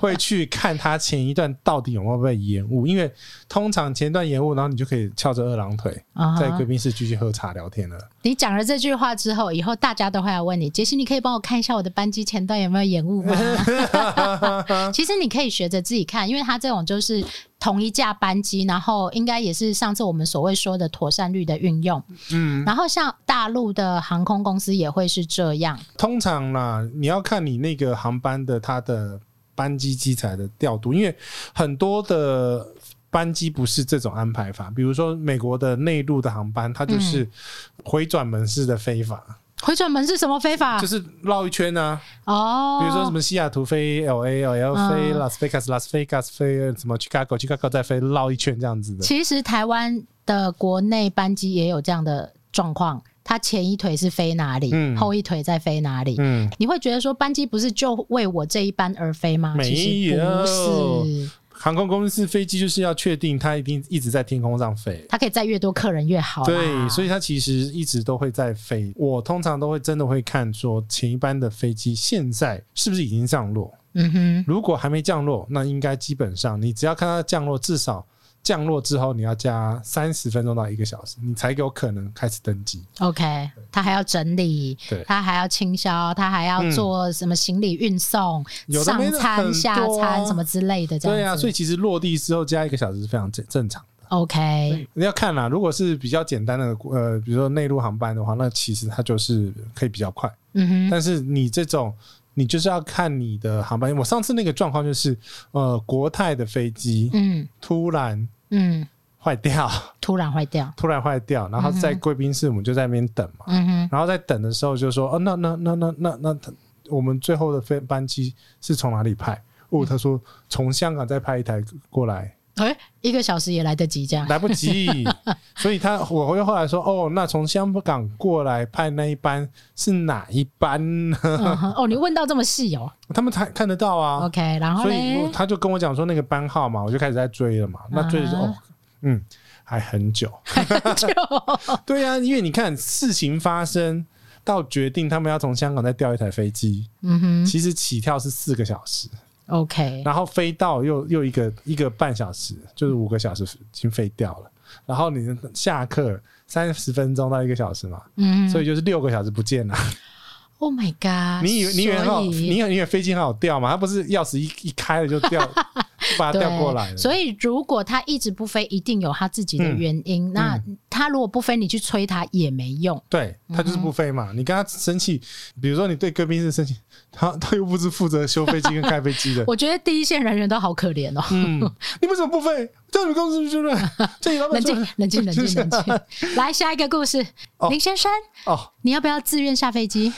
S2: 会去看它前一段到底有没有被延误，因为通常前一段延误，然后你就可以翘着二郎腿
S1: 啊
S2: 在
S1: 哈
S2: 贵宾室继续喝茶聊天了。
S1: 你讲了这句话之后，以后大家都
S2: 啊
S1: 会来问你，杰西，你可以帮我看一下我的班机前段有没有延误吗？其实你可可以学着自己看，因为它这种就是同一架班机，然后应该也是上次我们所谓说的妥善率的运用。
S2: 嗯，
S1: 然后像大陆的航空公司也会是这样，
S2: 通常啦，你要看你那个航班的它的班机机材的调度，因为很多的班机不是这种安排法，比如说美国的内陆的航班，它
S1: 嗯
S2: 就是回转门式的飞法，
S1: 回转门是什么非法？
S2: 就是绕一圈啊，
S1: 哦，嗯
S2: 比如说什么西雅图飞 L A L L 飞 Las Vegas Las Vegas 飞什么 Chicago Chicago 再飞绕一圈这样子的，
S1: 其实台湾的国内班机也有这样的状况，它前一腿是飞哪里，
S2: 嗯
S1: 后一腿在飞哪里。
S2: 嗯。
S1: 你会觉得说班机不是就为我这一班而飞吗？
S2: 没
S1: 其实
S2: 有
S1: 不是，
S2: 航空公司飞机就是要确定它一定一直在天空上飞，
S1: 它可以载越多客人越好啦。啊
S2: 对，所
S1: 以
S2: 以它其实一直都会在飞。我通常都会真的会看说前一班的飞机现在是不是已经降落，
S1: 嗯哼，
S2: 如果还没降落，那应该基本上你只要看它降落，至少降落之后你要加三十分钟到一个小时，你才有可能开始登机。
S1: OK，他还要整理
S2: 对，
S1: 他还要清销，他还要
S2: 嗯
S1: 做什么行李运送、
S2: 有的
S1: 上
S2: 没的很
S1: 餐、
S2: 多
S1: 下餐
S2: 啊
S1: 什么之类的，这样
S2: 对啊，
S1: 子
S2: 所以其实落地之后加一个小时是非常正正常。
S1: OK，
S2: 你要看啦，如果是比较简单的呃，比如说内陆航班的话，那其实它就是可以比较快。
S1: 嗯哼，
S2: 但是你这种，你就是要看你的航班。我上次那个状况就是，呃，国泰的飞机
S1: 嗯
S2: 突然
S1: 嗯，
S2: 坏掉，
S1: 突然坏掉，
S2: 突然坏掉，然后在贵宾室我们就在那边等嘛，
S1: 嗯哼，
S2: 然后在等的时候就说，哦，那那那那那那，他我们最后的飞班机是从哪里派？
S1: 嗯
S2: 哦，他说从香港再派一台过来，
S1: 哎、一个小时也来得及这样。
S2: 来不 及，所以他我又后来说，哦，那从香港过来派那一班是哪一班 呢？
S1: 嗯哼哦，你问到这么细哦。
S2: 他们才看得到啊。
S1: OK，然后
S2: 所以哦 我
S1: 嘞，
S2: 他就跟我讲说那个班号嘛，我就开始在追了嘛。那追的时候，
S1: 啊哦
S2: 哦，嗯，还很久。
S1: 就
S2: 对呀、因为你看事情发生到决定他们要从香港再调一台飞机，
S1: 嗯哼
S2: 其实起跳是四个小时，
S1: ，OK，
S2: 然后飞到又又一个一个半小时，就是五个小时已经飞掉了。然后你下课三十分钟到一个小时嘛，
S1: 嗯，
S2: 所
S1: 以
S2: 以就是六个小时不见了。
S1: Oh my God，
S2: 你以为你以为很好，
S1: 所
S2: 你以为你以为飞机很好调嘛？它不是钥匙一一开了就掉， 把它调过来了。
S1: 对所以如果他一直不飞，一定有他自己的原因。
S2: 嗯
S1: 那他如果不飞，你去催他也没用。
S2: 对
S1: 嗯
S2: 他就是不飞嘛，你跟他生气，比如说你对贵宾室生气，他他又不是负责修飞机跟开飞机的
S1: ，我觉得第一线人员都好可怜哦。
S2: 嗯，你为什么不飞？叫你们公司去了，叫你老
S1: 冷
S2: 板说
S1: 静，冷静，冷静，冷静。来，下一个故事，
S2: 哦
S1: 林先生，
S2: 哦
S1: 你要不要自愿下飞机？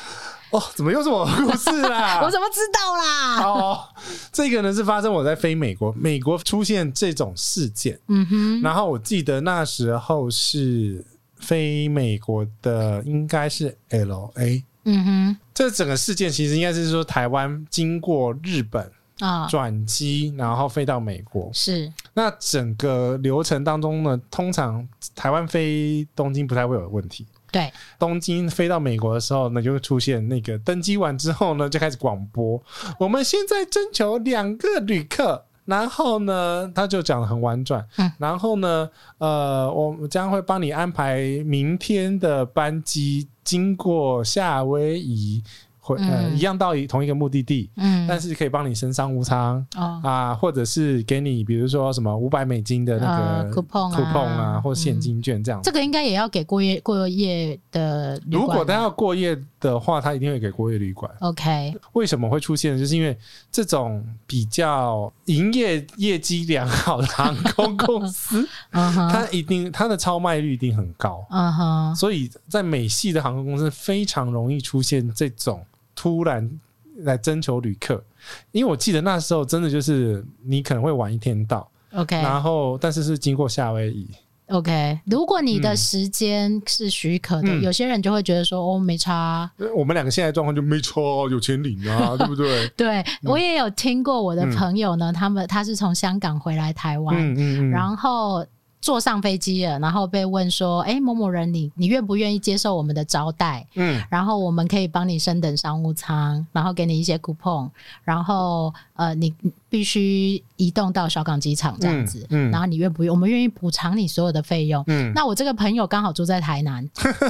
S2: 哦，怎么又是我的故事啦？
S1: 我怎么知道啦？
S2: 哦，这个呢是发生我在飞美国，美国出现这种事件，
S1: 嗯哼，
S2: 然后我记得那时候是飞美国的，应该是 L A。
S1: 嗯
S2: 这整个事件其实应该是说台湾经过日本
S1: 哼，啊，
S2: 转机，然后飞到美国，
S1: 是，
S2: 那整个流程当中呢，通常台湾飞东京不太会有问题。
S1: 对，
S2: 东京飞到美国的时候呢，就会出现那个登机完之后呢，就开始广播，我们现在征求两个旅客。然后呢，他就讲的很婉转。
S1: 嗯
S2: 然后呢，呃，我们将会帮你安排明天的班机经过夏威夷，回呃
S1: 嗯
S2: 一样到同一个目的地，
S1: 嗯，
S2: 但是可以帮你升商务舱。
S1: 哦，
S2: 啊，或者是给你比如说什么五百美金的那
S1: 呃
S2: 个
S1: coupon 啊
S2: coupon 啊，或现
S1: 嗯
S2: 金券这样。
S1: 这个应该也要给过夜过夜的旅
S2: 如
S1: 馆吧。
S2: 果他要过夜的话，他一定会给过夜旅馆。
S1: OK，
S2: 为什么会出现？就是因为这种比较营业业绩良好的航空公 司，
S1: 嗯哼，
S2: 它一定它的超卖率一定很高，
S1: 嗯哼，
S2: 所以在美系的航空公司非常容易出现这种突然来征求旅客。因为我记得那时候真的就是你可能会晚一天到，然后但是是经过夏威夷，
S1: OK，OK。如果你的时间是许可的，
S2: 嗯
S1: 有些人就会觉得说哦，没差啊。
S2: 我们两个现在状况就没错，有钱领啊，对不 对？
S1: 对我也有听过我的
S2: 嗯
S1: 朋友呢，他们他是从香港回来台湾，
S2: 嗯嗯嗯，
S1: 然后坐上飞机了，然后被问说：“哎，某某人你，你愿不愿意接受我们的招待？
S2: 嗯
S1: 然后我们可以帮你升等商务舱，然后给你一些 coupon，然后呃，你必须移动到小港机场这样子，
S2: 嗯嗯
S1: 然后你愿不愿？我们愿意补偿你所有的费用。
S2: 嗯
S1: 那我这个朋友刚好住在台南，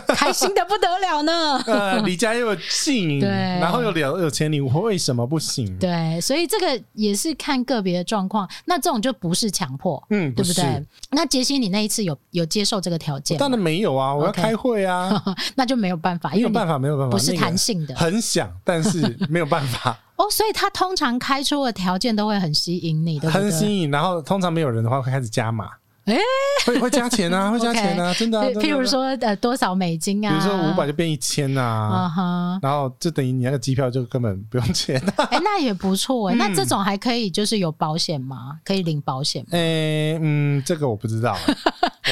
S1: 开心的不得了呢。
S2: 呃，离家又近，
S1: 对
S2: 然后又有有钱，你为什么不行？
S1: 对，所以这个也是看个别的状况，那这种就不是强迫，
S2: 嗯
S1: 对
S2: 不
S1: 不
S2: 是
S1: 对？那杰西，你那一次有有接受这个条件吗，
S2: 当然没有啊，我要
S1: OK
S2: 开会啊，
S1: 那就没有办法，
S2: 没
S1: 因为
S2: 有
S1: 你
S2: 办法，没有办法，
S1: 不是
S2: 那个
S1: 弹性的
S2: 很想，但是没有办法，
S1: 哦，所以他通常开出的条件都会很吸引 你，对不
S2: 很
S1: 对？
S2: 吸引。然后通常没有人的话，会开始加码，
S1: 诶
S2: 会会加钱 啊，会加钱啊，真的啊。
S1: 譬
S2: 真的
S1: 譬如
S2: 啊，
S1: 说呃多少美金
S2: 比
S1: 啊，
S2: 如说五百，就变一千
S1: 嗯
S2: 啊，
S1: 哼，
S2: 然后就等于你那个机票就根本不用钱。
S1: 哎、那也不错哎、
S2: 嗯
S1: 那这种还可以就是有保险吗？可以领保险吗？
S2: 诶，嗯，这个我不知道啊。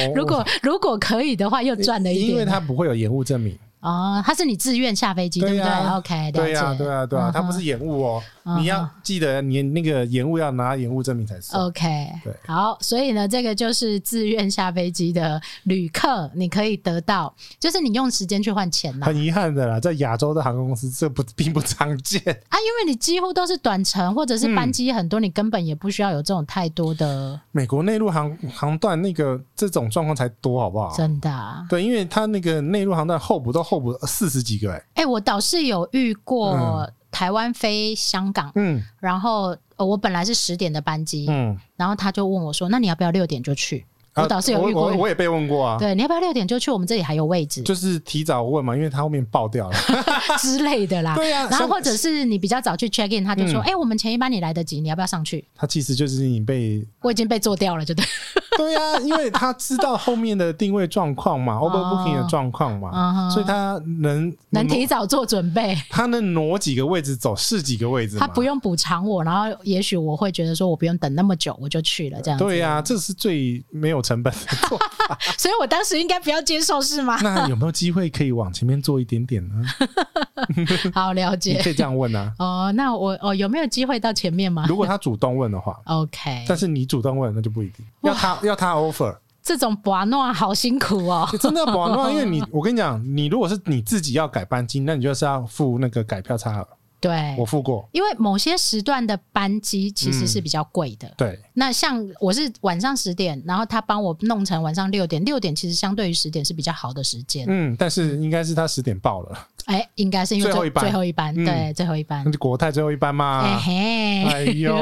S2: 我
S1: 如果如果可以的话，又赚了一点。
S2: 因为它不会有延误证明。
S1: 哦，他是你自愿下飞机，
S2: 对
S1: 对
S2: 呀
S1: 不对？OK，
S2: 对呀、对啊呀、对呀、
S1: 他
S2: 它不是延误哦，
S1: 嗯哼
S2: 你要记得你那个延误要拿延误证明才是。
S1: OK，
S2: 对
S1: 好，所以呢，这个就是自愿下飞机的旅客，你可以得到，就是你用时间去换钱啦。
S2: 很遗憾的啦，在亚洲的航空公司这不并不常 见。
S1: 啊，因为你几乎都是短程或者是班
S2: 嗯
S1: 机很多，你根本也不需要有这种太多的，
S2: 美国内陆航航段那个这种状况才多，好不好？
S1: 真的、啊。
S2: 对，因为它那个内陆航段候补都候补四十几个、欸，
S1: 哎、我倒是有遇过台湾飞香港，
S2: 嗯
S1: 然后、呃我本来是十点的班机，
S2: 嗯，
S1: 然后他就问我说：“那你要不要六点就去？”
S2: 啊
S1: 我倒是有遇过，
S2: 我我我也被问过啊，
S1: 对，你要不要六点就去？我们这里还有位置
S2: 就是提早问嘛，因为它后面爆掉了。
S1: 之类的啦。
S2: 对呀
S1: 然后
S2: 像
S1: 或者是你比较早去 check in，他就说：“
S2: 嗯
S1: 哎、我们前一班你来得及，你要不要上去
S2: 它其实就是你被？”
S1: 我已经被做掉了，就对。
S2: 对呀、因为他知道后面的定位状况嘛，overbooking 的状况
S1: 哦嗯
S2: 嘛，
S1: 哼
S2: 所以他能
S1: 能提早做准备，
S2: 他能挪几个位置走是几个位置嘛，
S1: 他不用补偿我，然后也许我会觉得说我不用等那么久，我就去了这样子。
S2: 对呀、这是最没有成本的 做。
S1: 所以我当时应该不要接受是 吗？
S2: 那有没有机会可以往前面做一点点 呢？
S1: 好了
S2: 你
S1: 解
S2: 可以这样问 啊，
S1: 哦，那我哦有没有机会到前面吗
S2: 如果他主动问的话，
S1: ？OK，
S2: 但是你主动问那就不一定，要他要他 offer，欸
S1: 这种拔诺好辛苦 哦。
S2: 真的不 好弄，因为你我跟你讲，你如果是你自己要改班金，那你就是要付那个改票差额，
S1: 对
S2: 我，付过，
S1: 因为某些时段的班机其实是比较贵的。
S2: 对，
S1: 那像我是晚上十点，然后他帮我弄成晚上六点，六点其实相对于十点是比较好的时间。
S2: 嗯，但是应该是他十点爆了。
S1: 哎、应该是因为
S2: 最后一班
S1: 最后一班，
S2: 嗯
S1: 对，最后一班
S2: 那。就国泰最后一班
S1: 哎
S2: 嘛。
S1: 嘿，
S2: 哎呦，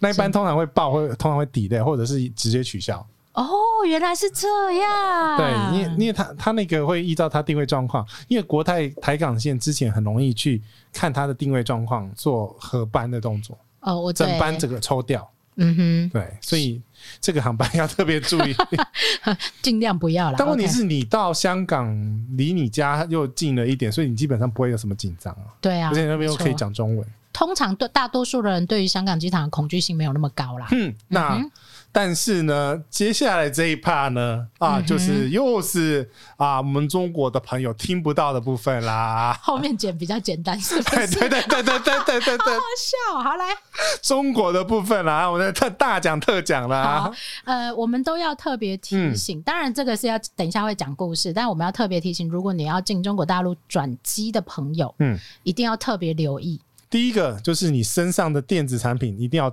S2: 那一班通常会报，会通常会抵的，或者是直接取消。
S1: 哦，原来是这样。
S2: 对，因为因为他他那个会依照他定位状况，因为国泰台港线之前很容易去看他的定位状况做合班的动作，
S1: 哦，我
S2: 整
S1: 对
S2: 班整个抽掉。
S1: 嗯哼，
S2: 对，所以这个航班要特别注 意。
S1: 尽量不要啦。
S2: 但问题
S1: OK
S2: 是你到香港离你家又近了一点，所以你基本上不会有什么紧张啊，
S1: 对啊，
S2: 而且那边又
S1: 没错
S2: 可以。讲中文。
S1: 通常对大多数的人对于香港机场的恐惧性没有那么高啦。。
S2: 嗯，那、但是呢，接下来这一 part 呢，啊，就是又是啊，我们中国的朋友听不到的部分啦
S1: 后面剪比较简单，是不
S2: 对
S1: 是？
S2: 对对对对对对对对，
S1: 笑，好来，
S2: 中国的部分啦，我们特大讲特讲啦
S1: 好。，呃，我们都要特别提醒，
S2: 嗯
S1: 当然这个是要等一下会讲故事，但我们要特别提醒，如果你要进中国大陆转机的朋友，
S2: 嗯，
S1: 一定要特别留意。
S2: 第一个就是你身上的电子产品一定要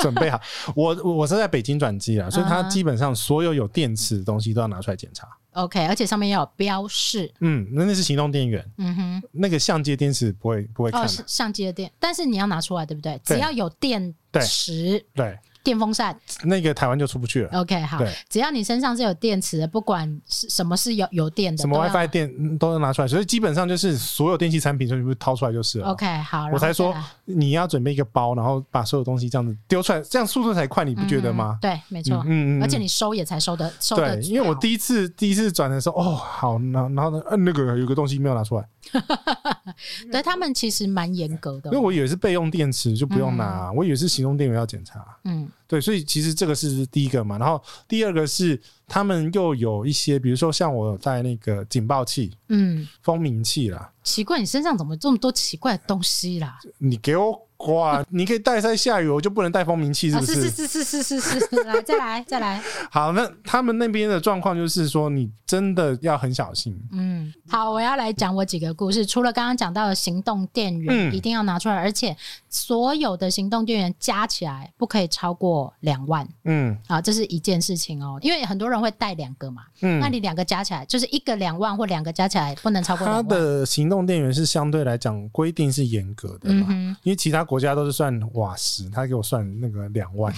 S2: 准备好。我我是在北京转机啦，所以它
S1: 嗯
S2: 基本上所有有电池的东西都要拿出来检查。
S1: OK，而且上面要有标示，
S2: 嗯，那那是行动电源，
S1: 嗯哼，
S2: 那个相机的电池不会不会看
S1: 哦，
S2: 的。
S1: 是相机的电，但是你要拿出来，对不对？
S2: 对
S1: 只要有电
S2: 对
S1: 池、
S2: 对，
S1: 电风扇
S2: 那个台湾就出不去了。
S1: ，OK，好
S2: 对，
S1: 只要你身上是有电池的，不管是什么是有有电的，
S2: 什么
S1: 都要
S2: WiFi 电嗯都能拿出来，所以基本上就是所有电器产品全部掏出来就是了。
S1: OK，好，然后
S2: 啊我才说
S1: 再来
S2: 你要准备一个包，然后把所有东西这样子丢出来，这样速度才快，你不觉得
S1: 嗯？
S2: 吗
S1: 对，没错，
S2: 嗯嗯嗯嗯
S1: 而且你收也才收的，收的
S2: 对，，因为我第一次第一次转的时候，哦，好，然后然后呢，呃，那个有个东西没有拿出来，
S1: 对他们其实蛮严格的
S2: 因为，我以为是备用电池就不用拿，我以为是行动电源要检查，
S1: 嗯，
S2: 对，所以其实这个是第一个嘛，然后第二个是他们又有一些，比如说像我有带那个警报器、
S1: 嗯，
S2: 蜂鸣器啦，
S1: 奇怪，你身上怎么这么多奇怪的东西啦？
S2: 你给我挂， 你可以带在下雨，我就不能带蜂鸣器，是
S1: 啊，
S2: 不是？
S1: 是是是是是是是，来再来再来，
S2: 好，那他们那边的状况就是说，你真的要很小心。
S1: 嗯，好，我要来讲我几个故事。除了刚刚讲到的行动电源、
S2: 嗯
S1: 一定要拿出来，而且所有的行动电源加起来不可以超过两万
S2: 嗯
S1: 啊，这是一件事情哦。因为很多人会带两个嘛，
S2: 嗯，
S1: 那你两个加起来就是一个两万或两个加起来不能超过
S2: 它
S1: 两万。
S2: 的行动电源是相对来讲规定是严格的
S1: 嗯
S2: 嘛，
S1: 哼
S2: 因为其他国家都是算瓦时，他给我算那个两万。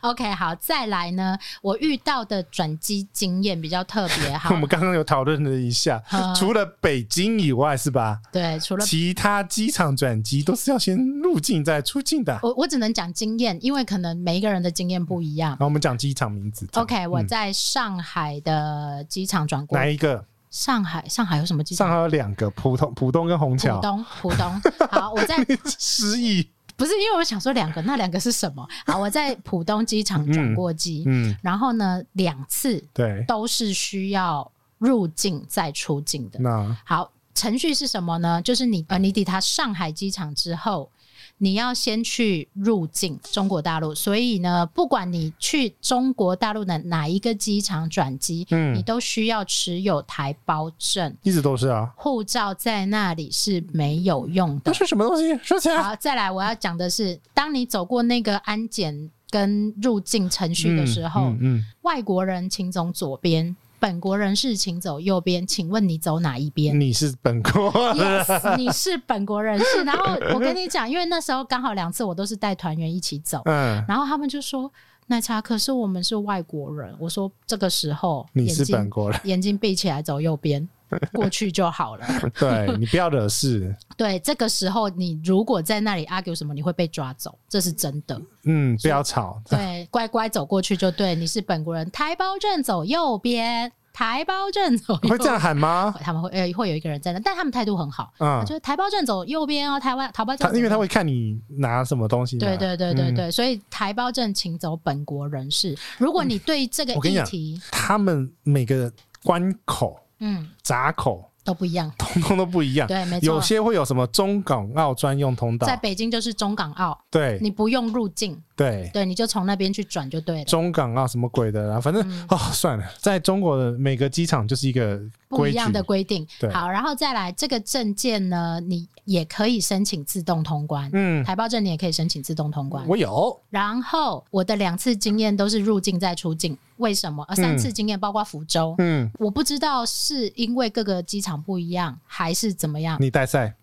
S1: ，OK，好，再来呢，我遇到的转机经验比较特别，好
S2: 我，们刚刚有讨论了一下，
S1: 啊
S2: 除了北京以外是吧？
S1: 对，除了
S2: 其他机场转机都是要先入境再出境的。
S1: 我我只能讲经验，因为可能每一个人的经验不一样
S2: 然。后我们讲机场名字。
S1: OK，我
S2: 嗯
S1: 在上海的机场转过
S2: 哪一个？
S1: 上海，上海有什么机
S2: 上
S1: 场？
S2: 海有两个，浦东、浦东跟虹
S1: 浦
S2: 桥。
S1: 东，浦东。好，我 在
S2: 失忆。
S1: 不是因为我想说两个，那两个是什么？好，我在浦东机场转过机，
S2: 嗯，
S1: 然后呢，两次
S2: 对。
S1: 都是需要入境再出境的。
S2: 那
S1: 好，程序是什么呢？就是你呃，你抵达上海机场之后，你要先去入境中国大陆，所以呢，不管你去中国大陆的哪一个机场转机，
S2: 嗯
S1: 你都需要持有台胞证。
S2: 一直都是啊。
S1: 护照在那里是没有用的
S2: 那。是什啊么东西？说起来。
S1: 好，再来，我要讲的是，当你走过那个安检跟入境程序的时候，
S2: 嗯嗯
S1: 外国人请走左边，本国人是请走右边，请问你走哪一边？
S2: 嗯你是本国
S1: Yes，你是本国人士。然后我跟你讲，因为那时候刚好两次我都是带团员一起走，
S2: 嗯，
S1: 然后他们就说奶茶，可是我们是外国人。我说这个时候
S2: 你
S1: 眼
S2: 是
S1: 睛
S2: 本 国人，
S1: 眼睛闭起来走右 边过去就好了。
S2: 对你不要惹事。
S1: 对，这个时候你如果在那里 argue 什么，你会被抓走，这是真的。
S2: 嗯，不要吵。
S1: 对，乖乖走过去就对，你是本国人，台胞证走右边，台胞证走右
S2: 会这样 喊吗？
S1: 他们会呃会有一个人在那，但他们态度很好，
S2: 嗯
S1: 就，是台胞证走右边哦，台湾台胞证
S2: 他
S1: 走右边，
S2: 因为他会看你拿什么东西嘛。
S1: 对对对对
S2: 嗯。
S1: 对，所以台胞证请走本国人士。如果你对这个
S2: 我跟你
S1: 议
S2: 讲
S1: 题，
S2: 他们每个关口、
S1: 嗯，
S2: 闸口，
S1: 都不一 样，
S2: 通通都不一样。
S1: 对，没
S2: 有
S1: 错。
S2: 些啊会有什么中港澳专用通道
S1: 在，北京就是中港澳，
S2: 对
S1: 你不用入境，
S2: 对，
S1: 对，你就从那边去转就对了。
S2: 中港澳什么鬼的啊，反正
S1: 嗯
S2: 哦算了，在中国的每个机场就是一个
S1: 不
S2: 规
S1: 一
S2: 矩
S1: 样的规定
S2: 对，
S1: 好，然后再来这个证件呢，你也可以申请自动通关，
S2: 嗯，
S1: 台胞证你也可以申请自动通关。
S2: 我有，
S1: 然后我的两次经验都是入境再出境，为什么？呃，三次经验包括福州，
S2: 嗯，
S1: 我不知道是因为各个机场不一样，还是怎么样。
S2: 你带赛，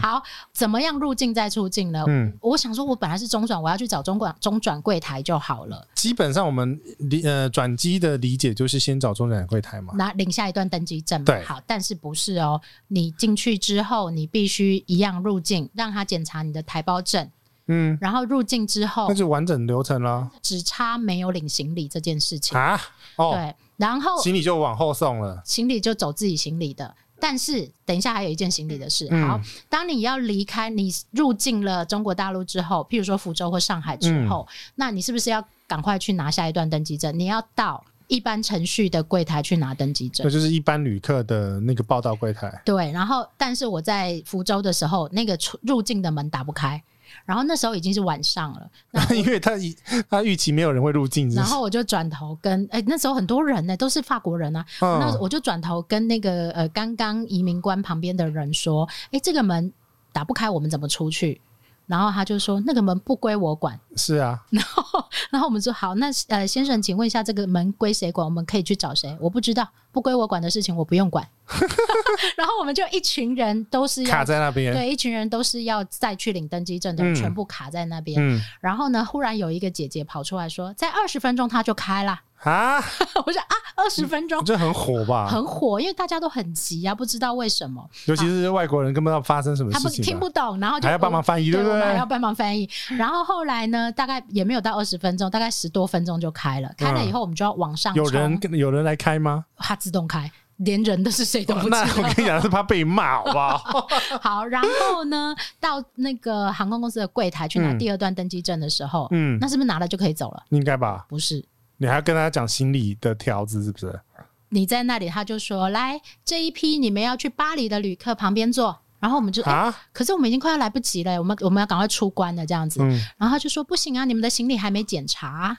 S1: 好，怎么样入境再出境呢？
S2: 嗯，
S1: 我想说，我本来是中转，我要去找中转中转柜台就好了，
S2: 基本上我们理呃转机的理解就是先找中转柜台嘛，
S1: 拿领下一段登机证嘛。
S2: 对
S1: 好，但是不是哦？你进去之后，你必须一样入境，让他检查你的台胞证，
S2: 嗯，
S1: 然后入境之后
S2: 那就完整流程了
S1: 只差没有领行李这件事情。
S2: 啊，哦，
S1: 对，然后
S2: 行李就往后送了，
S1: 行李就走自己行李的。但是等一下还有一件行李的事。
S2: 嗯
S1: 好，当你要离开，你入境了中国大陆之后，譬如说福州或上海之后，那你是不是要赶快去拿下一段登机证？你要到一般程序的柜台去拿登机证
S2: 那。就是一般旅客的那个报到柜台，
S1: 对，然后但是我在福州的时候，那个出入境的门打不开，然后那时候已经是晚上了，
S2: 因为他一他预期没有人会入境，
S1: 然后我就转头跟哎、那时候很多人呢、都是法国人啊，
S2: 嗯
S1: 那我就转头跟那个呃，刚刚移民官旁边的人说：“哎、这个门打不开，我们怎么出去？”然后他就说：“那个门不归我管。
S2: 是啊，”
S1: 然后我们说：“好，那呃，先生，请问一下，这个门归谁管？我们可以去找谁？我不知道，不归我管的事情我不用管。” 然后我们就一群人都是
S2: 卡
S1: 要
S2: 在那边，
S1: 对一群人都是要再去领登机证的，人，
S2: 嗯
S1: 全部卡在那边。
S2: 嗯
S1: 然后呢，忽然有一个姐姐跑出来说：“在二十分钟她就开啦。
S2: 啊，”
S1: 我说：“啊，二十分钟。”
S2: 这很火吧？
S1: 很火，因为大家都很急啊，不知道为什么，
S2: 尤其是外国人根本不知道发生什么
S1: 他
S2: 事
S1: 们
S2: 情嘛，啊
S1: 听不懂，哦然后就
S2: 还要帮忙翻译，
S1: 对
S2: 对不
S1: 我们还要
S2: 对？
S1: 帮忙翻 译。然后后来呢，大概也没有到二十分钟，大概十多分钟就开了。开了以后，我们就要往上
S2: 嗯有
S1: 冲，
S2: 人有人来开吗？
S1: 它自动开，连人都是谁都不知
S2: 哦那
S1: 道。
S2: 我跟你讲，是怕被骂，好不 好？
S1: 好，然后呢，到那个航空公司的柜台去拿
S2: 嗯
S1: 第二段登机证的时候，
S2: 嗯
S1: 那，是不是拿了就可以走了？
S2: 应该吧？
S1: 不是，
S2: 你还要跟他讲行李的条子是不是？
S1: 你在那里，他就说：“来，这一批你们要去巴黎的旅客旁边坐。”然后我们就、哎
S2: 啊，
S1: 可是我们已经快要来不及了，我们我们要赶快出关了这样子。
S2: 嗯，
S1: 然后他就说：“不行啊，你们的行李还没检查啊、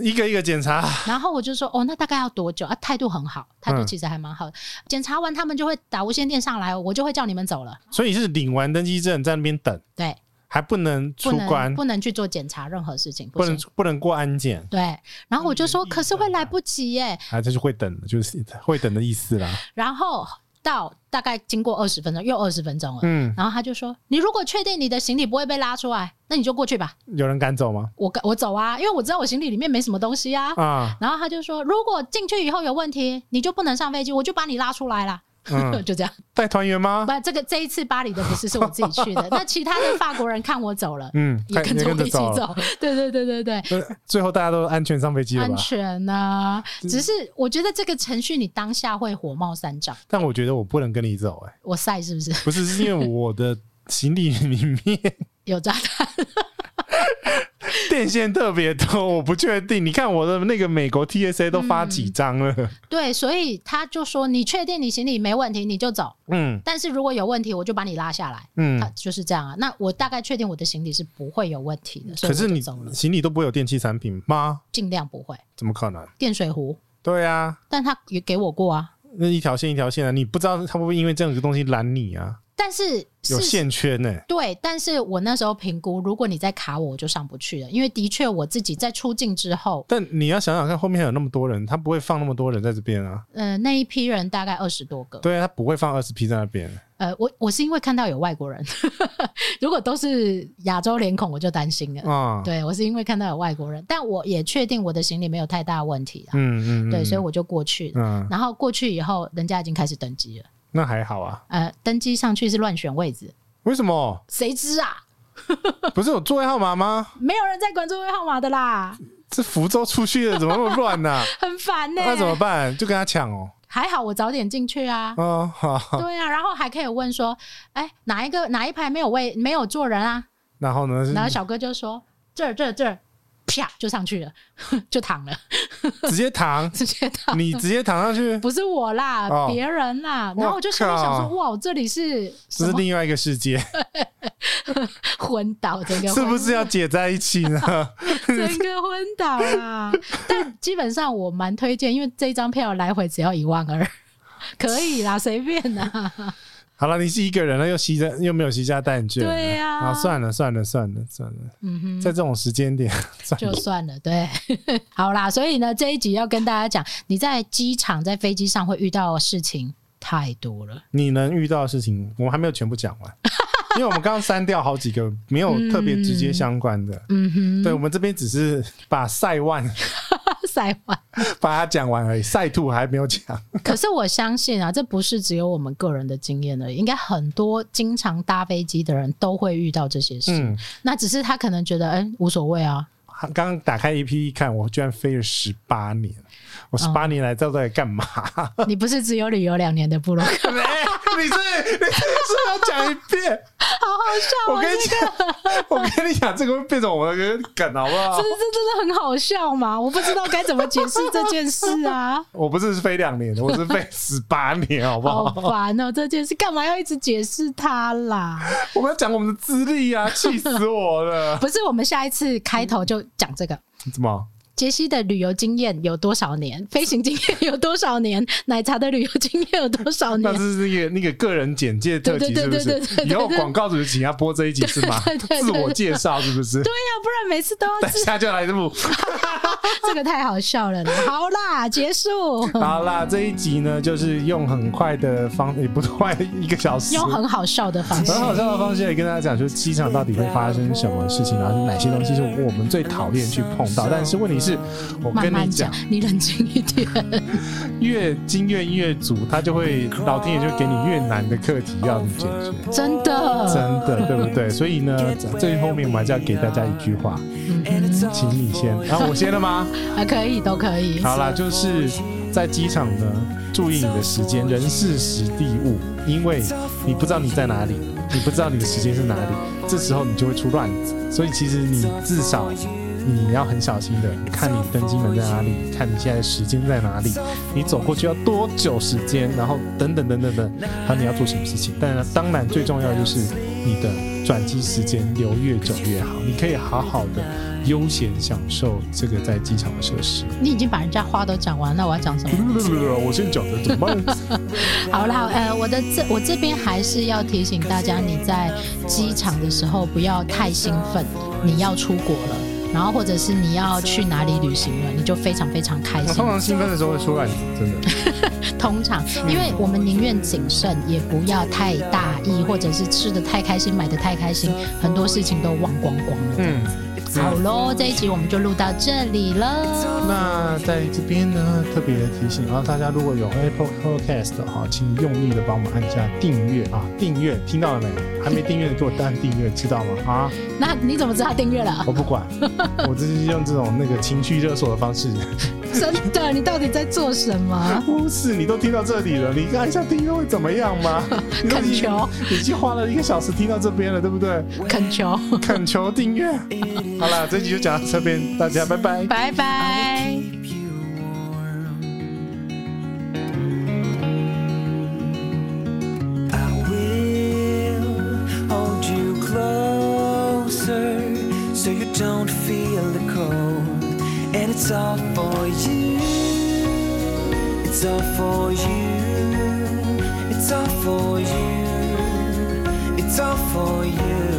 S2: 一个一个检查，
S1: 然后我就说：“哦，那大概要多久？”啊，态度很好，态度
S2: 嗯
S1: 其实还蛮好的。检查完他们就会打无线电上来，我就会叫你们走了。
S2: 所以是领完登机证在那边等，
S1: 对，
S2: 还不能
S1: 不
S2: 出关
S1: 能，不能去做检查任何事情，
S2: 不
S1: 行
S2: 能不能过安检，
S1: 对，然后我就说，
S2: 嗯
S1: 可是会来不及耶。
S2: 啊，这是会等的，就是会等的意 思啦。
S1: 然后到大概经过二十分钟，又二十分钟了。
S2: 嗯，
S1: 然后他就说：“你如果确定你的行李不会被拉出来，那你就过去吧，
S2: 有人敢走吗？
S1: 我跟我走啊，因为我知道我行李里面没什么东西啊。
S2: 啊，
S1: 然后他就说：“如果进去以后有问题，你就不能上飞机，我就把你拉出来啦。，
S2: 嗯
S1: 就这样。
S2: 带团员 吗
S1: 不？，这个这一次巴黎的不是是我自己去的，那其他的法国人看我走了，
S2: 嗯，
S1: 也跟着
S2: 也
S1: 我一起
S2: 走了。
S1: 走。 对对对对对，
S2: 呃最后大家都安全上飞机了
S1: 安
S2: 吧？
S1: 全呐、只是我觉得这个程序你当下会火冒三丈，
S2: 但我觉得我不能跟你走，哎，
S1: 我晒是不 是
S2: 不是，是因为我的行李里面
S1: 有炸弹？
S2: 电线特别多，我 不确定。你看我的那个美国 TSA 都发几张了，
S1: 对，所以他就说你确定你行李没问题你就走，
S2: 嗯
S1: 但是如果有问题我就把你拉下来。他
S2: 嗯。
S1: 就是这样啊。那我大概确定我的行李是不会有问题的，所以
S2: 可
S1: 我
S2: 是
S1: 就
S2: 你
S1: 走了，
S2: 行李都不会有电器产品吗？
S1: 尽量不会
S2: 怎么可能？
S1: 电水壶，
S2: 对啊，
S1: 但他也给我过啊。
S2: 那一条线一条线的，你不知道他会不会因为这样的东西拦你啊？
S1: 但是是
S2: 有线圈呢、
S1: 对，但是我那时候评估，如果你再卡我，我就上不去了，因为的确我自己在出境之后，
S2: 但你要想想看，后面还有那么多人，他不会放那么多人在这边啊。
S1: 呃，那一批人大概二十多个，
S2: 对啊，他不会放二十批在那边。
S1: 呃，我我是因为看到有外国人， 如果都是亚洲脸孔，我就担心了。
S2: 啊、
S1: 呃对我是因为看到有外国人，但我也确定我的行李没有太大问题啦。
S2: 嗯嗯嗯，
S1: 对，所以我就过去了。
S2: 嗯，
S1: 然后过去以后，人家已经开始登机了。
S2: 那还好啊。
S1: 呃，登机上去是乱选位置，
S2: 为 什么
S1: 谁知啊，
S2: 不是有座位号码吗？
S1: 没有人在管座位号码的啦，
S2: 这福州出去的怎么那么乱呢、啊
S1: 很烦呢、
S2: 那怎么办？就跟他抢哦。
S1: 还好我早点进去啊。
S2: 哦，好。
S1: 对啊，然后还可以问说，哎，哪一个哪一排没有位没有坐人啊？
S2: 然后呢？
S1: 然后小哥就说这儿这儿这儿，啪就上去了， 就躺了，，
S2: 直接 躺
S1: 直接躺。
S2: 你直接躺 上去，
S1: 不是我啦，
S2: 哦
S1: 别、人啦。
S2: 我
S1: 然后我就心里想说，
S2: 靠
S1: 哇，我这里是
S2: 这
S1: 什
S2: 是
S1: 么
S2: 另外一个世界，
S1: 昏倒，整个
S2: 是
S1: 昏
S2: 不是要解在一起 呢？
S1: 整个昏倒啦？但基本上我蛮推荐，因为这一张票来回只要一万二， 可以啦，随便啦。
S2: 好了，你是一个人了，又吸着又没有携家带眷，
S1: 对呀
S2: 啊，算了算了算了算了，
S1: 嗯哼。
S2: 在这种时间点，算
S1: 就
S2: 了，
S1: 算了，对，好啦，所以呢，这一集要跟大家讲，你在机场、在飞机上会遇到的事情太多了。
S2: 你能遇到的事情，我们还没有全部讲完，因为我们刚刚删掉好几个没有特别直接相关的。
S1: 嗯哼，
S2: 对，我们这边只是把赛万
S1: 塞完。
S2: 把它讲完而已，赛兔还没有讲。
S1: 可是我相信啊，这不是只有我们个人的经验而已，应该很多经常搭飞机的人都会遇到这些事。
S2: 嗯，
S1: 那只是他可能觉得，哎、无所谓 啊。
S2: 刚刚打开 A P P 看，我居然飞了十八年，
S1: 哦
S2: 我十八年来到这里干嘛？
S1: 你不是只有旅游两年的布 洛克，
S2: 没，你是你是要讲一遍？
S1: 好好笑
S2: 我
S1: 啊！
S2: 跟你
S1: 这
S2: 讲，我跟你讲，这个会变成我的梗，好不好
S1: 这？这真的很好笑嘛？我不知道该怎么解释这件事 啊，
S2: 我不是飞两年的，我是飞十八年，好不
S1: 好
S2: 好？
S1: 烦哦！这件事干嘛要一直解释它啦？
S2: 我们要讲我们的资历啊，气死我了！
S1: 不是，我们下一次开头就讲这个。
S2: 怎么？
S1: 杰西的旅游经验有多少年？飞行经验有多少年？奶茶的旅游经验有多少
S2: 那
S1: 年
S2: 这？是那个那个个人简介特辑，
S1: 对
S2: 是不
S1: 对对对对
S2: 是？
S1: 对对
S2: 以后广告主请他播这一集是吗
S1: 对对对？对
S2: 自我介绍是不 是？
S1: 对呀、不然每次都要
S2: 等一
S1: 自
S2: 下就来这部。
S1: 这个太好笑 了啦。好啦，结束，
S2: 好啦，这一集呢，就是用很快的方，也不是快一个小时，
S1: 用很好笑的方式
S2: 很。好笑的方式来跟大家讲，说机场到底会发生什么事情，然后是哪些东西是我们最讨厌去碰到。但是问题是，我
S1: 慢
S2: 跟
S1: 慢
S2: 你
S1: 讲
S2: 讲，，
S1: 你冷静一点。
S2: 越经验越足，他就会老天爷就给你越难的课题要你解决，
S1: 真的，
S2: 真的，对不对？所以呢，最后面我还是要给大家一句话，
S1: 嗯
S2: 请你先，然、后我先了吗？
S1: 啊，可以，都可以。
S2: 好啦，就是在机场呢，注意你的时间，人事时地物，因为你不知道你在哪里，你不知道你的时间是哪里，这时候你就会出乱子。所以其实你至少你要很小心的看你登机门在哪里，看你现在的时间在哪里，你走过去要多久时间，然后等等等等等，还有你要做什么事情。当然，当然最重要的就是你的转机时间留越久越好，你可以好好的悠闲享受这个在机场的设施。
S1: 你已经把人家话都讲完，那我要讲什么？
S2: 我先讲的，怎么办？
S1: 好啦，呃，我的这我这边还是要提醒大家，你在机场的时候不要太兴奋，你要出国了，然后或者是你要去哪里旅行了，你就非常非常开
S2: 我
S1: 心
S2: 通。常兴奋的时候会出乱子，真的。
S1: 通常，因为我们宁愿谨慎，也不要太大意，或者是吃的太开心，买的太开心，很多事情都忘光光了。
S2: 嗯，
S1: 好喽，这一集我们就录到这里了。
S2: 那在这边呢，特别提醒啊，大家如果有 Apple Podcast 的话，请用力的帮我们按下订阅啊，订阅听到了没？还没订阅的给我按订阅，知道吗？啊，
S1: 那你怎么知道订阅了？
S2: 我不管，我这是用这种那个情绪勒索的方式。啊
S1: 真的，你到底在做什么？
S2: 不是，你都听到这里了，你按下订阅会怎么样吗？你都已经
S1: 恳求，
S2: 已经花了一个小时听到这边了，对不对？
S1: 恳求，
S2: 恳求订阅。好啦，这集就讲到这边，大家拜拜。
S1: 拜拜。
S4: keep you warm. I will hold you closer so you don't feel the cold. And it's all for you. It's all for you. It's all for you. It's all for you.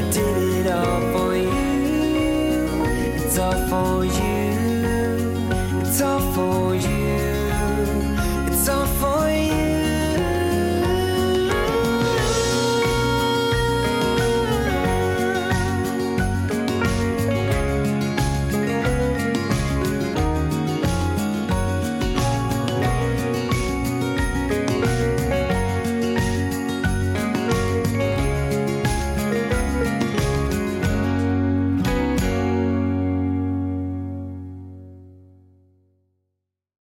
S4: I did it all for you. It's all for you.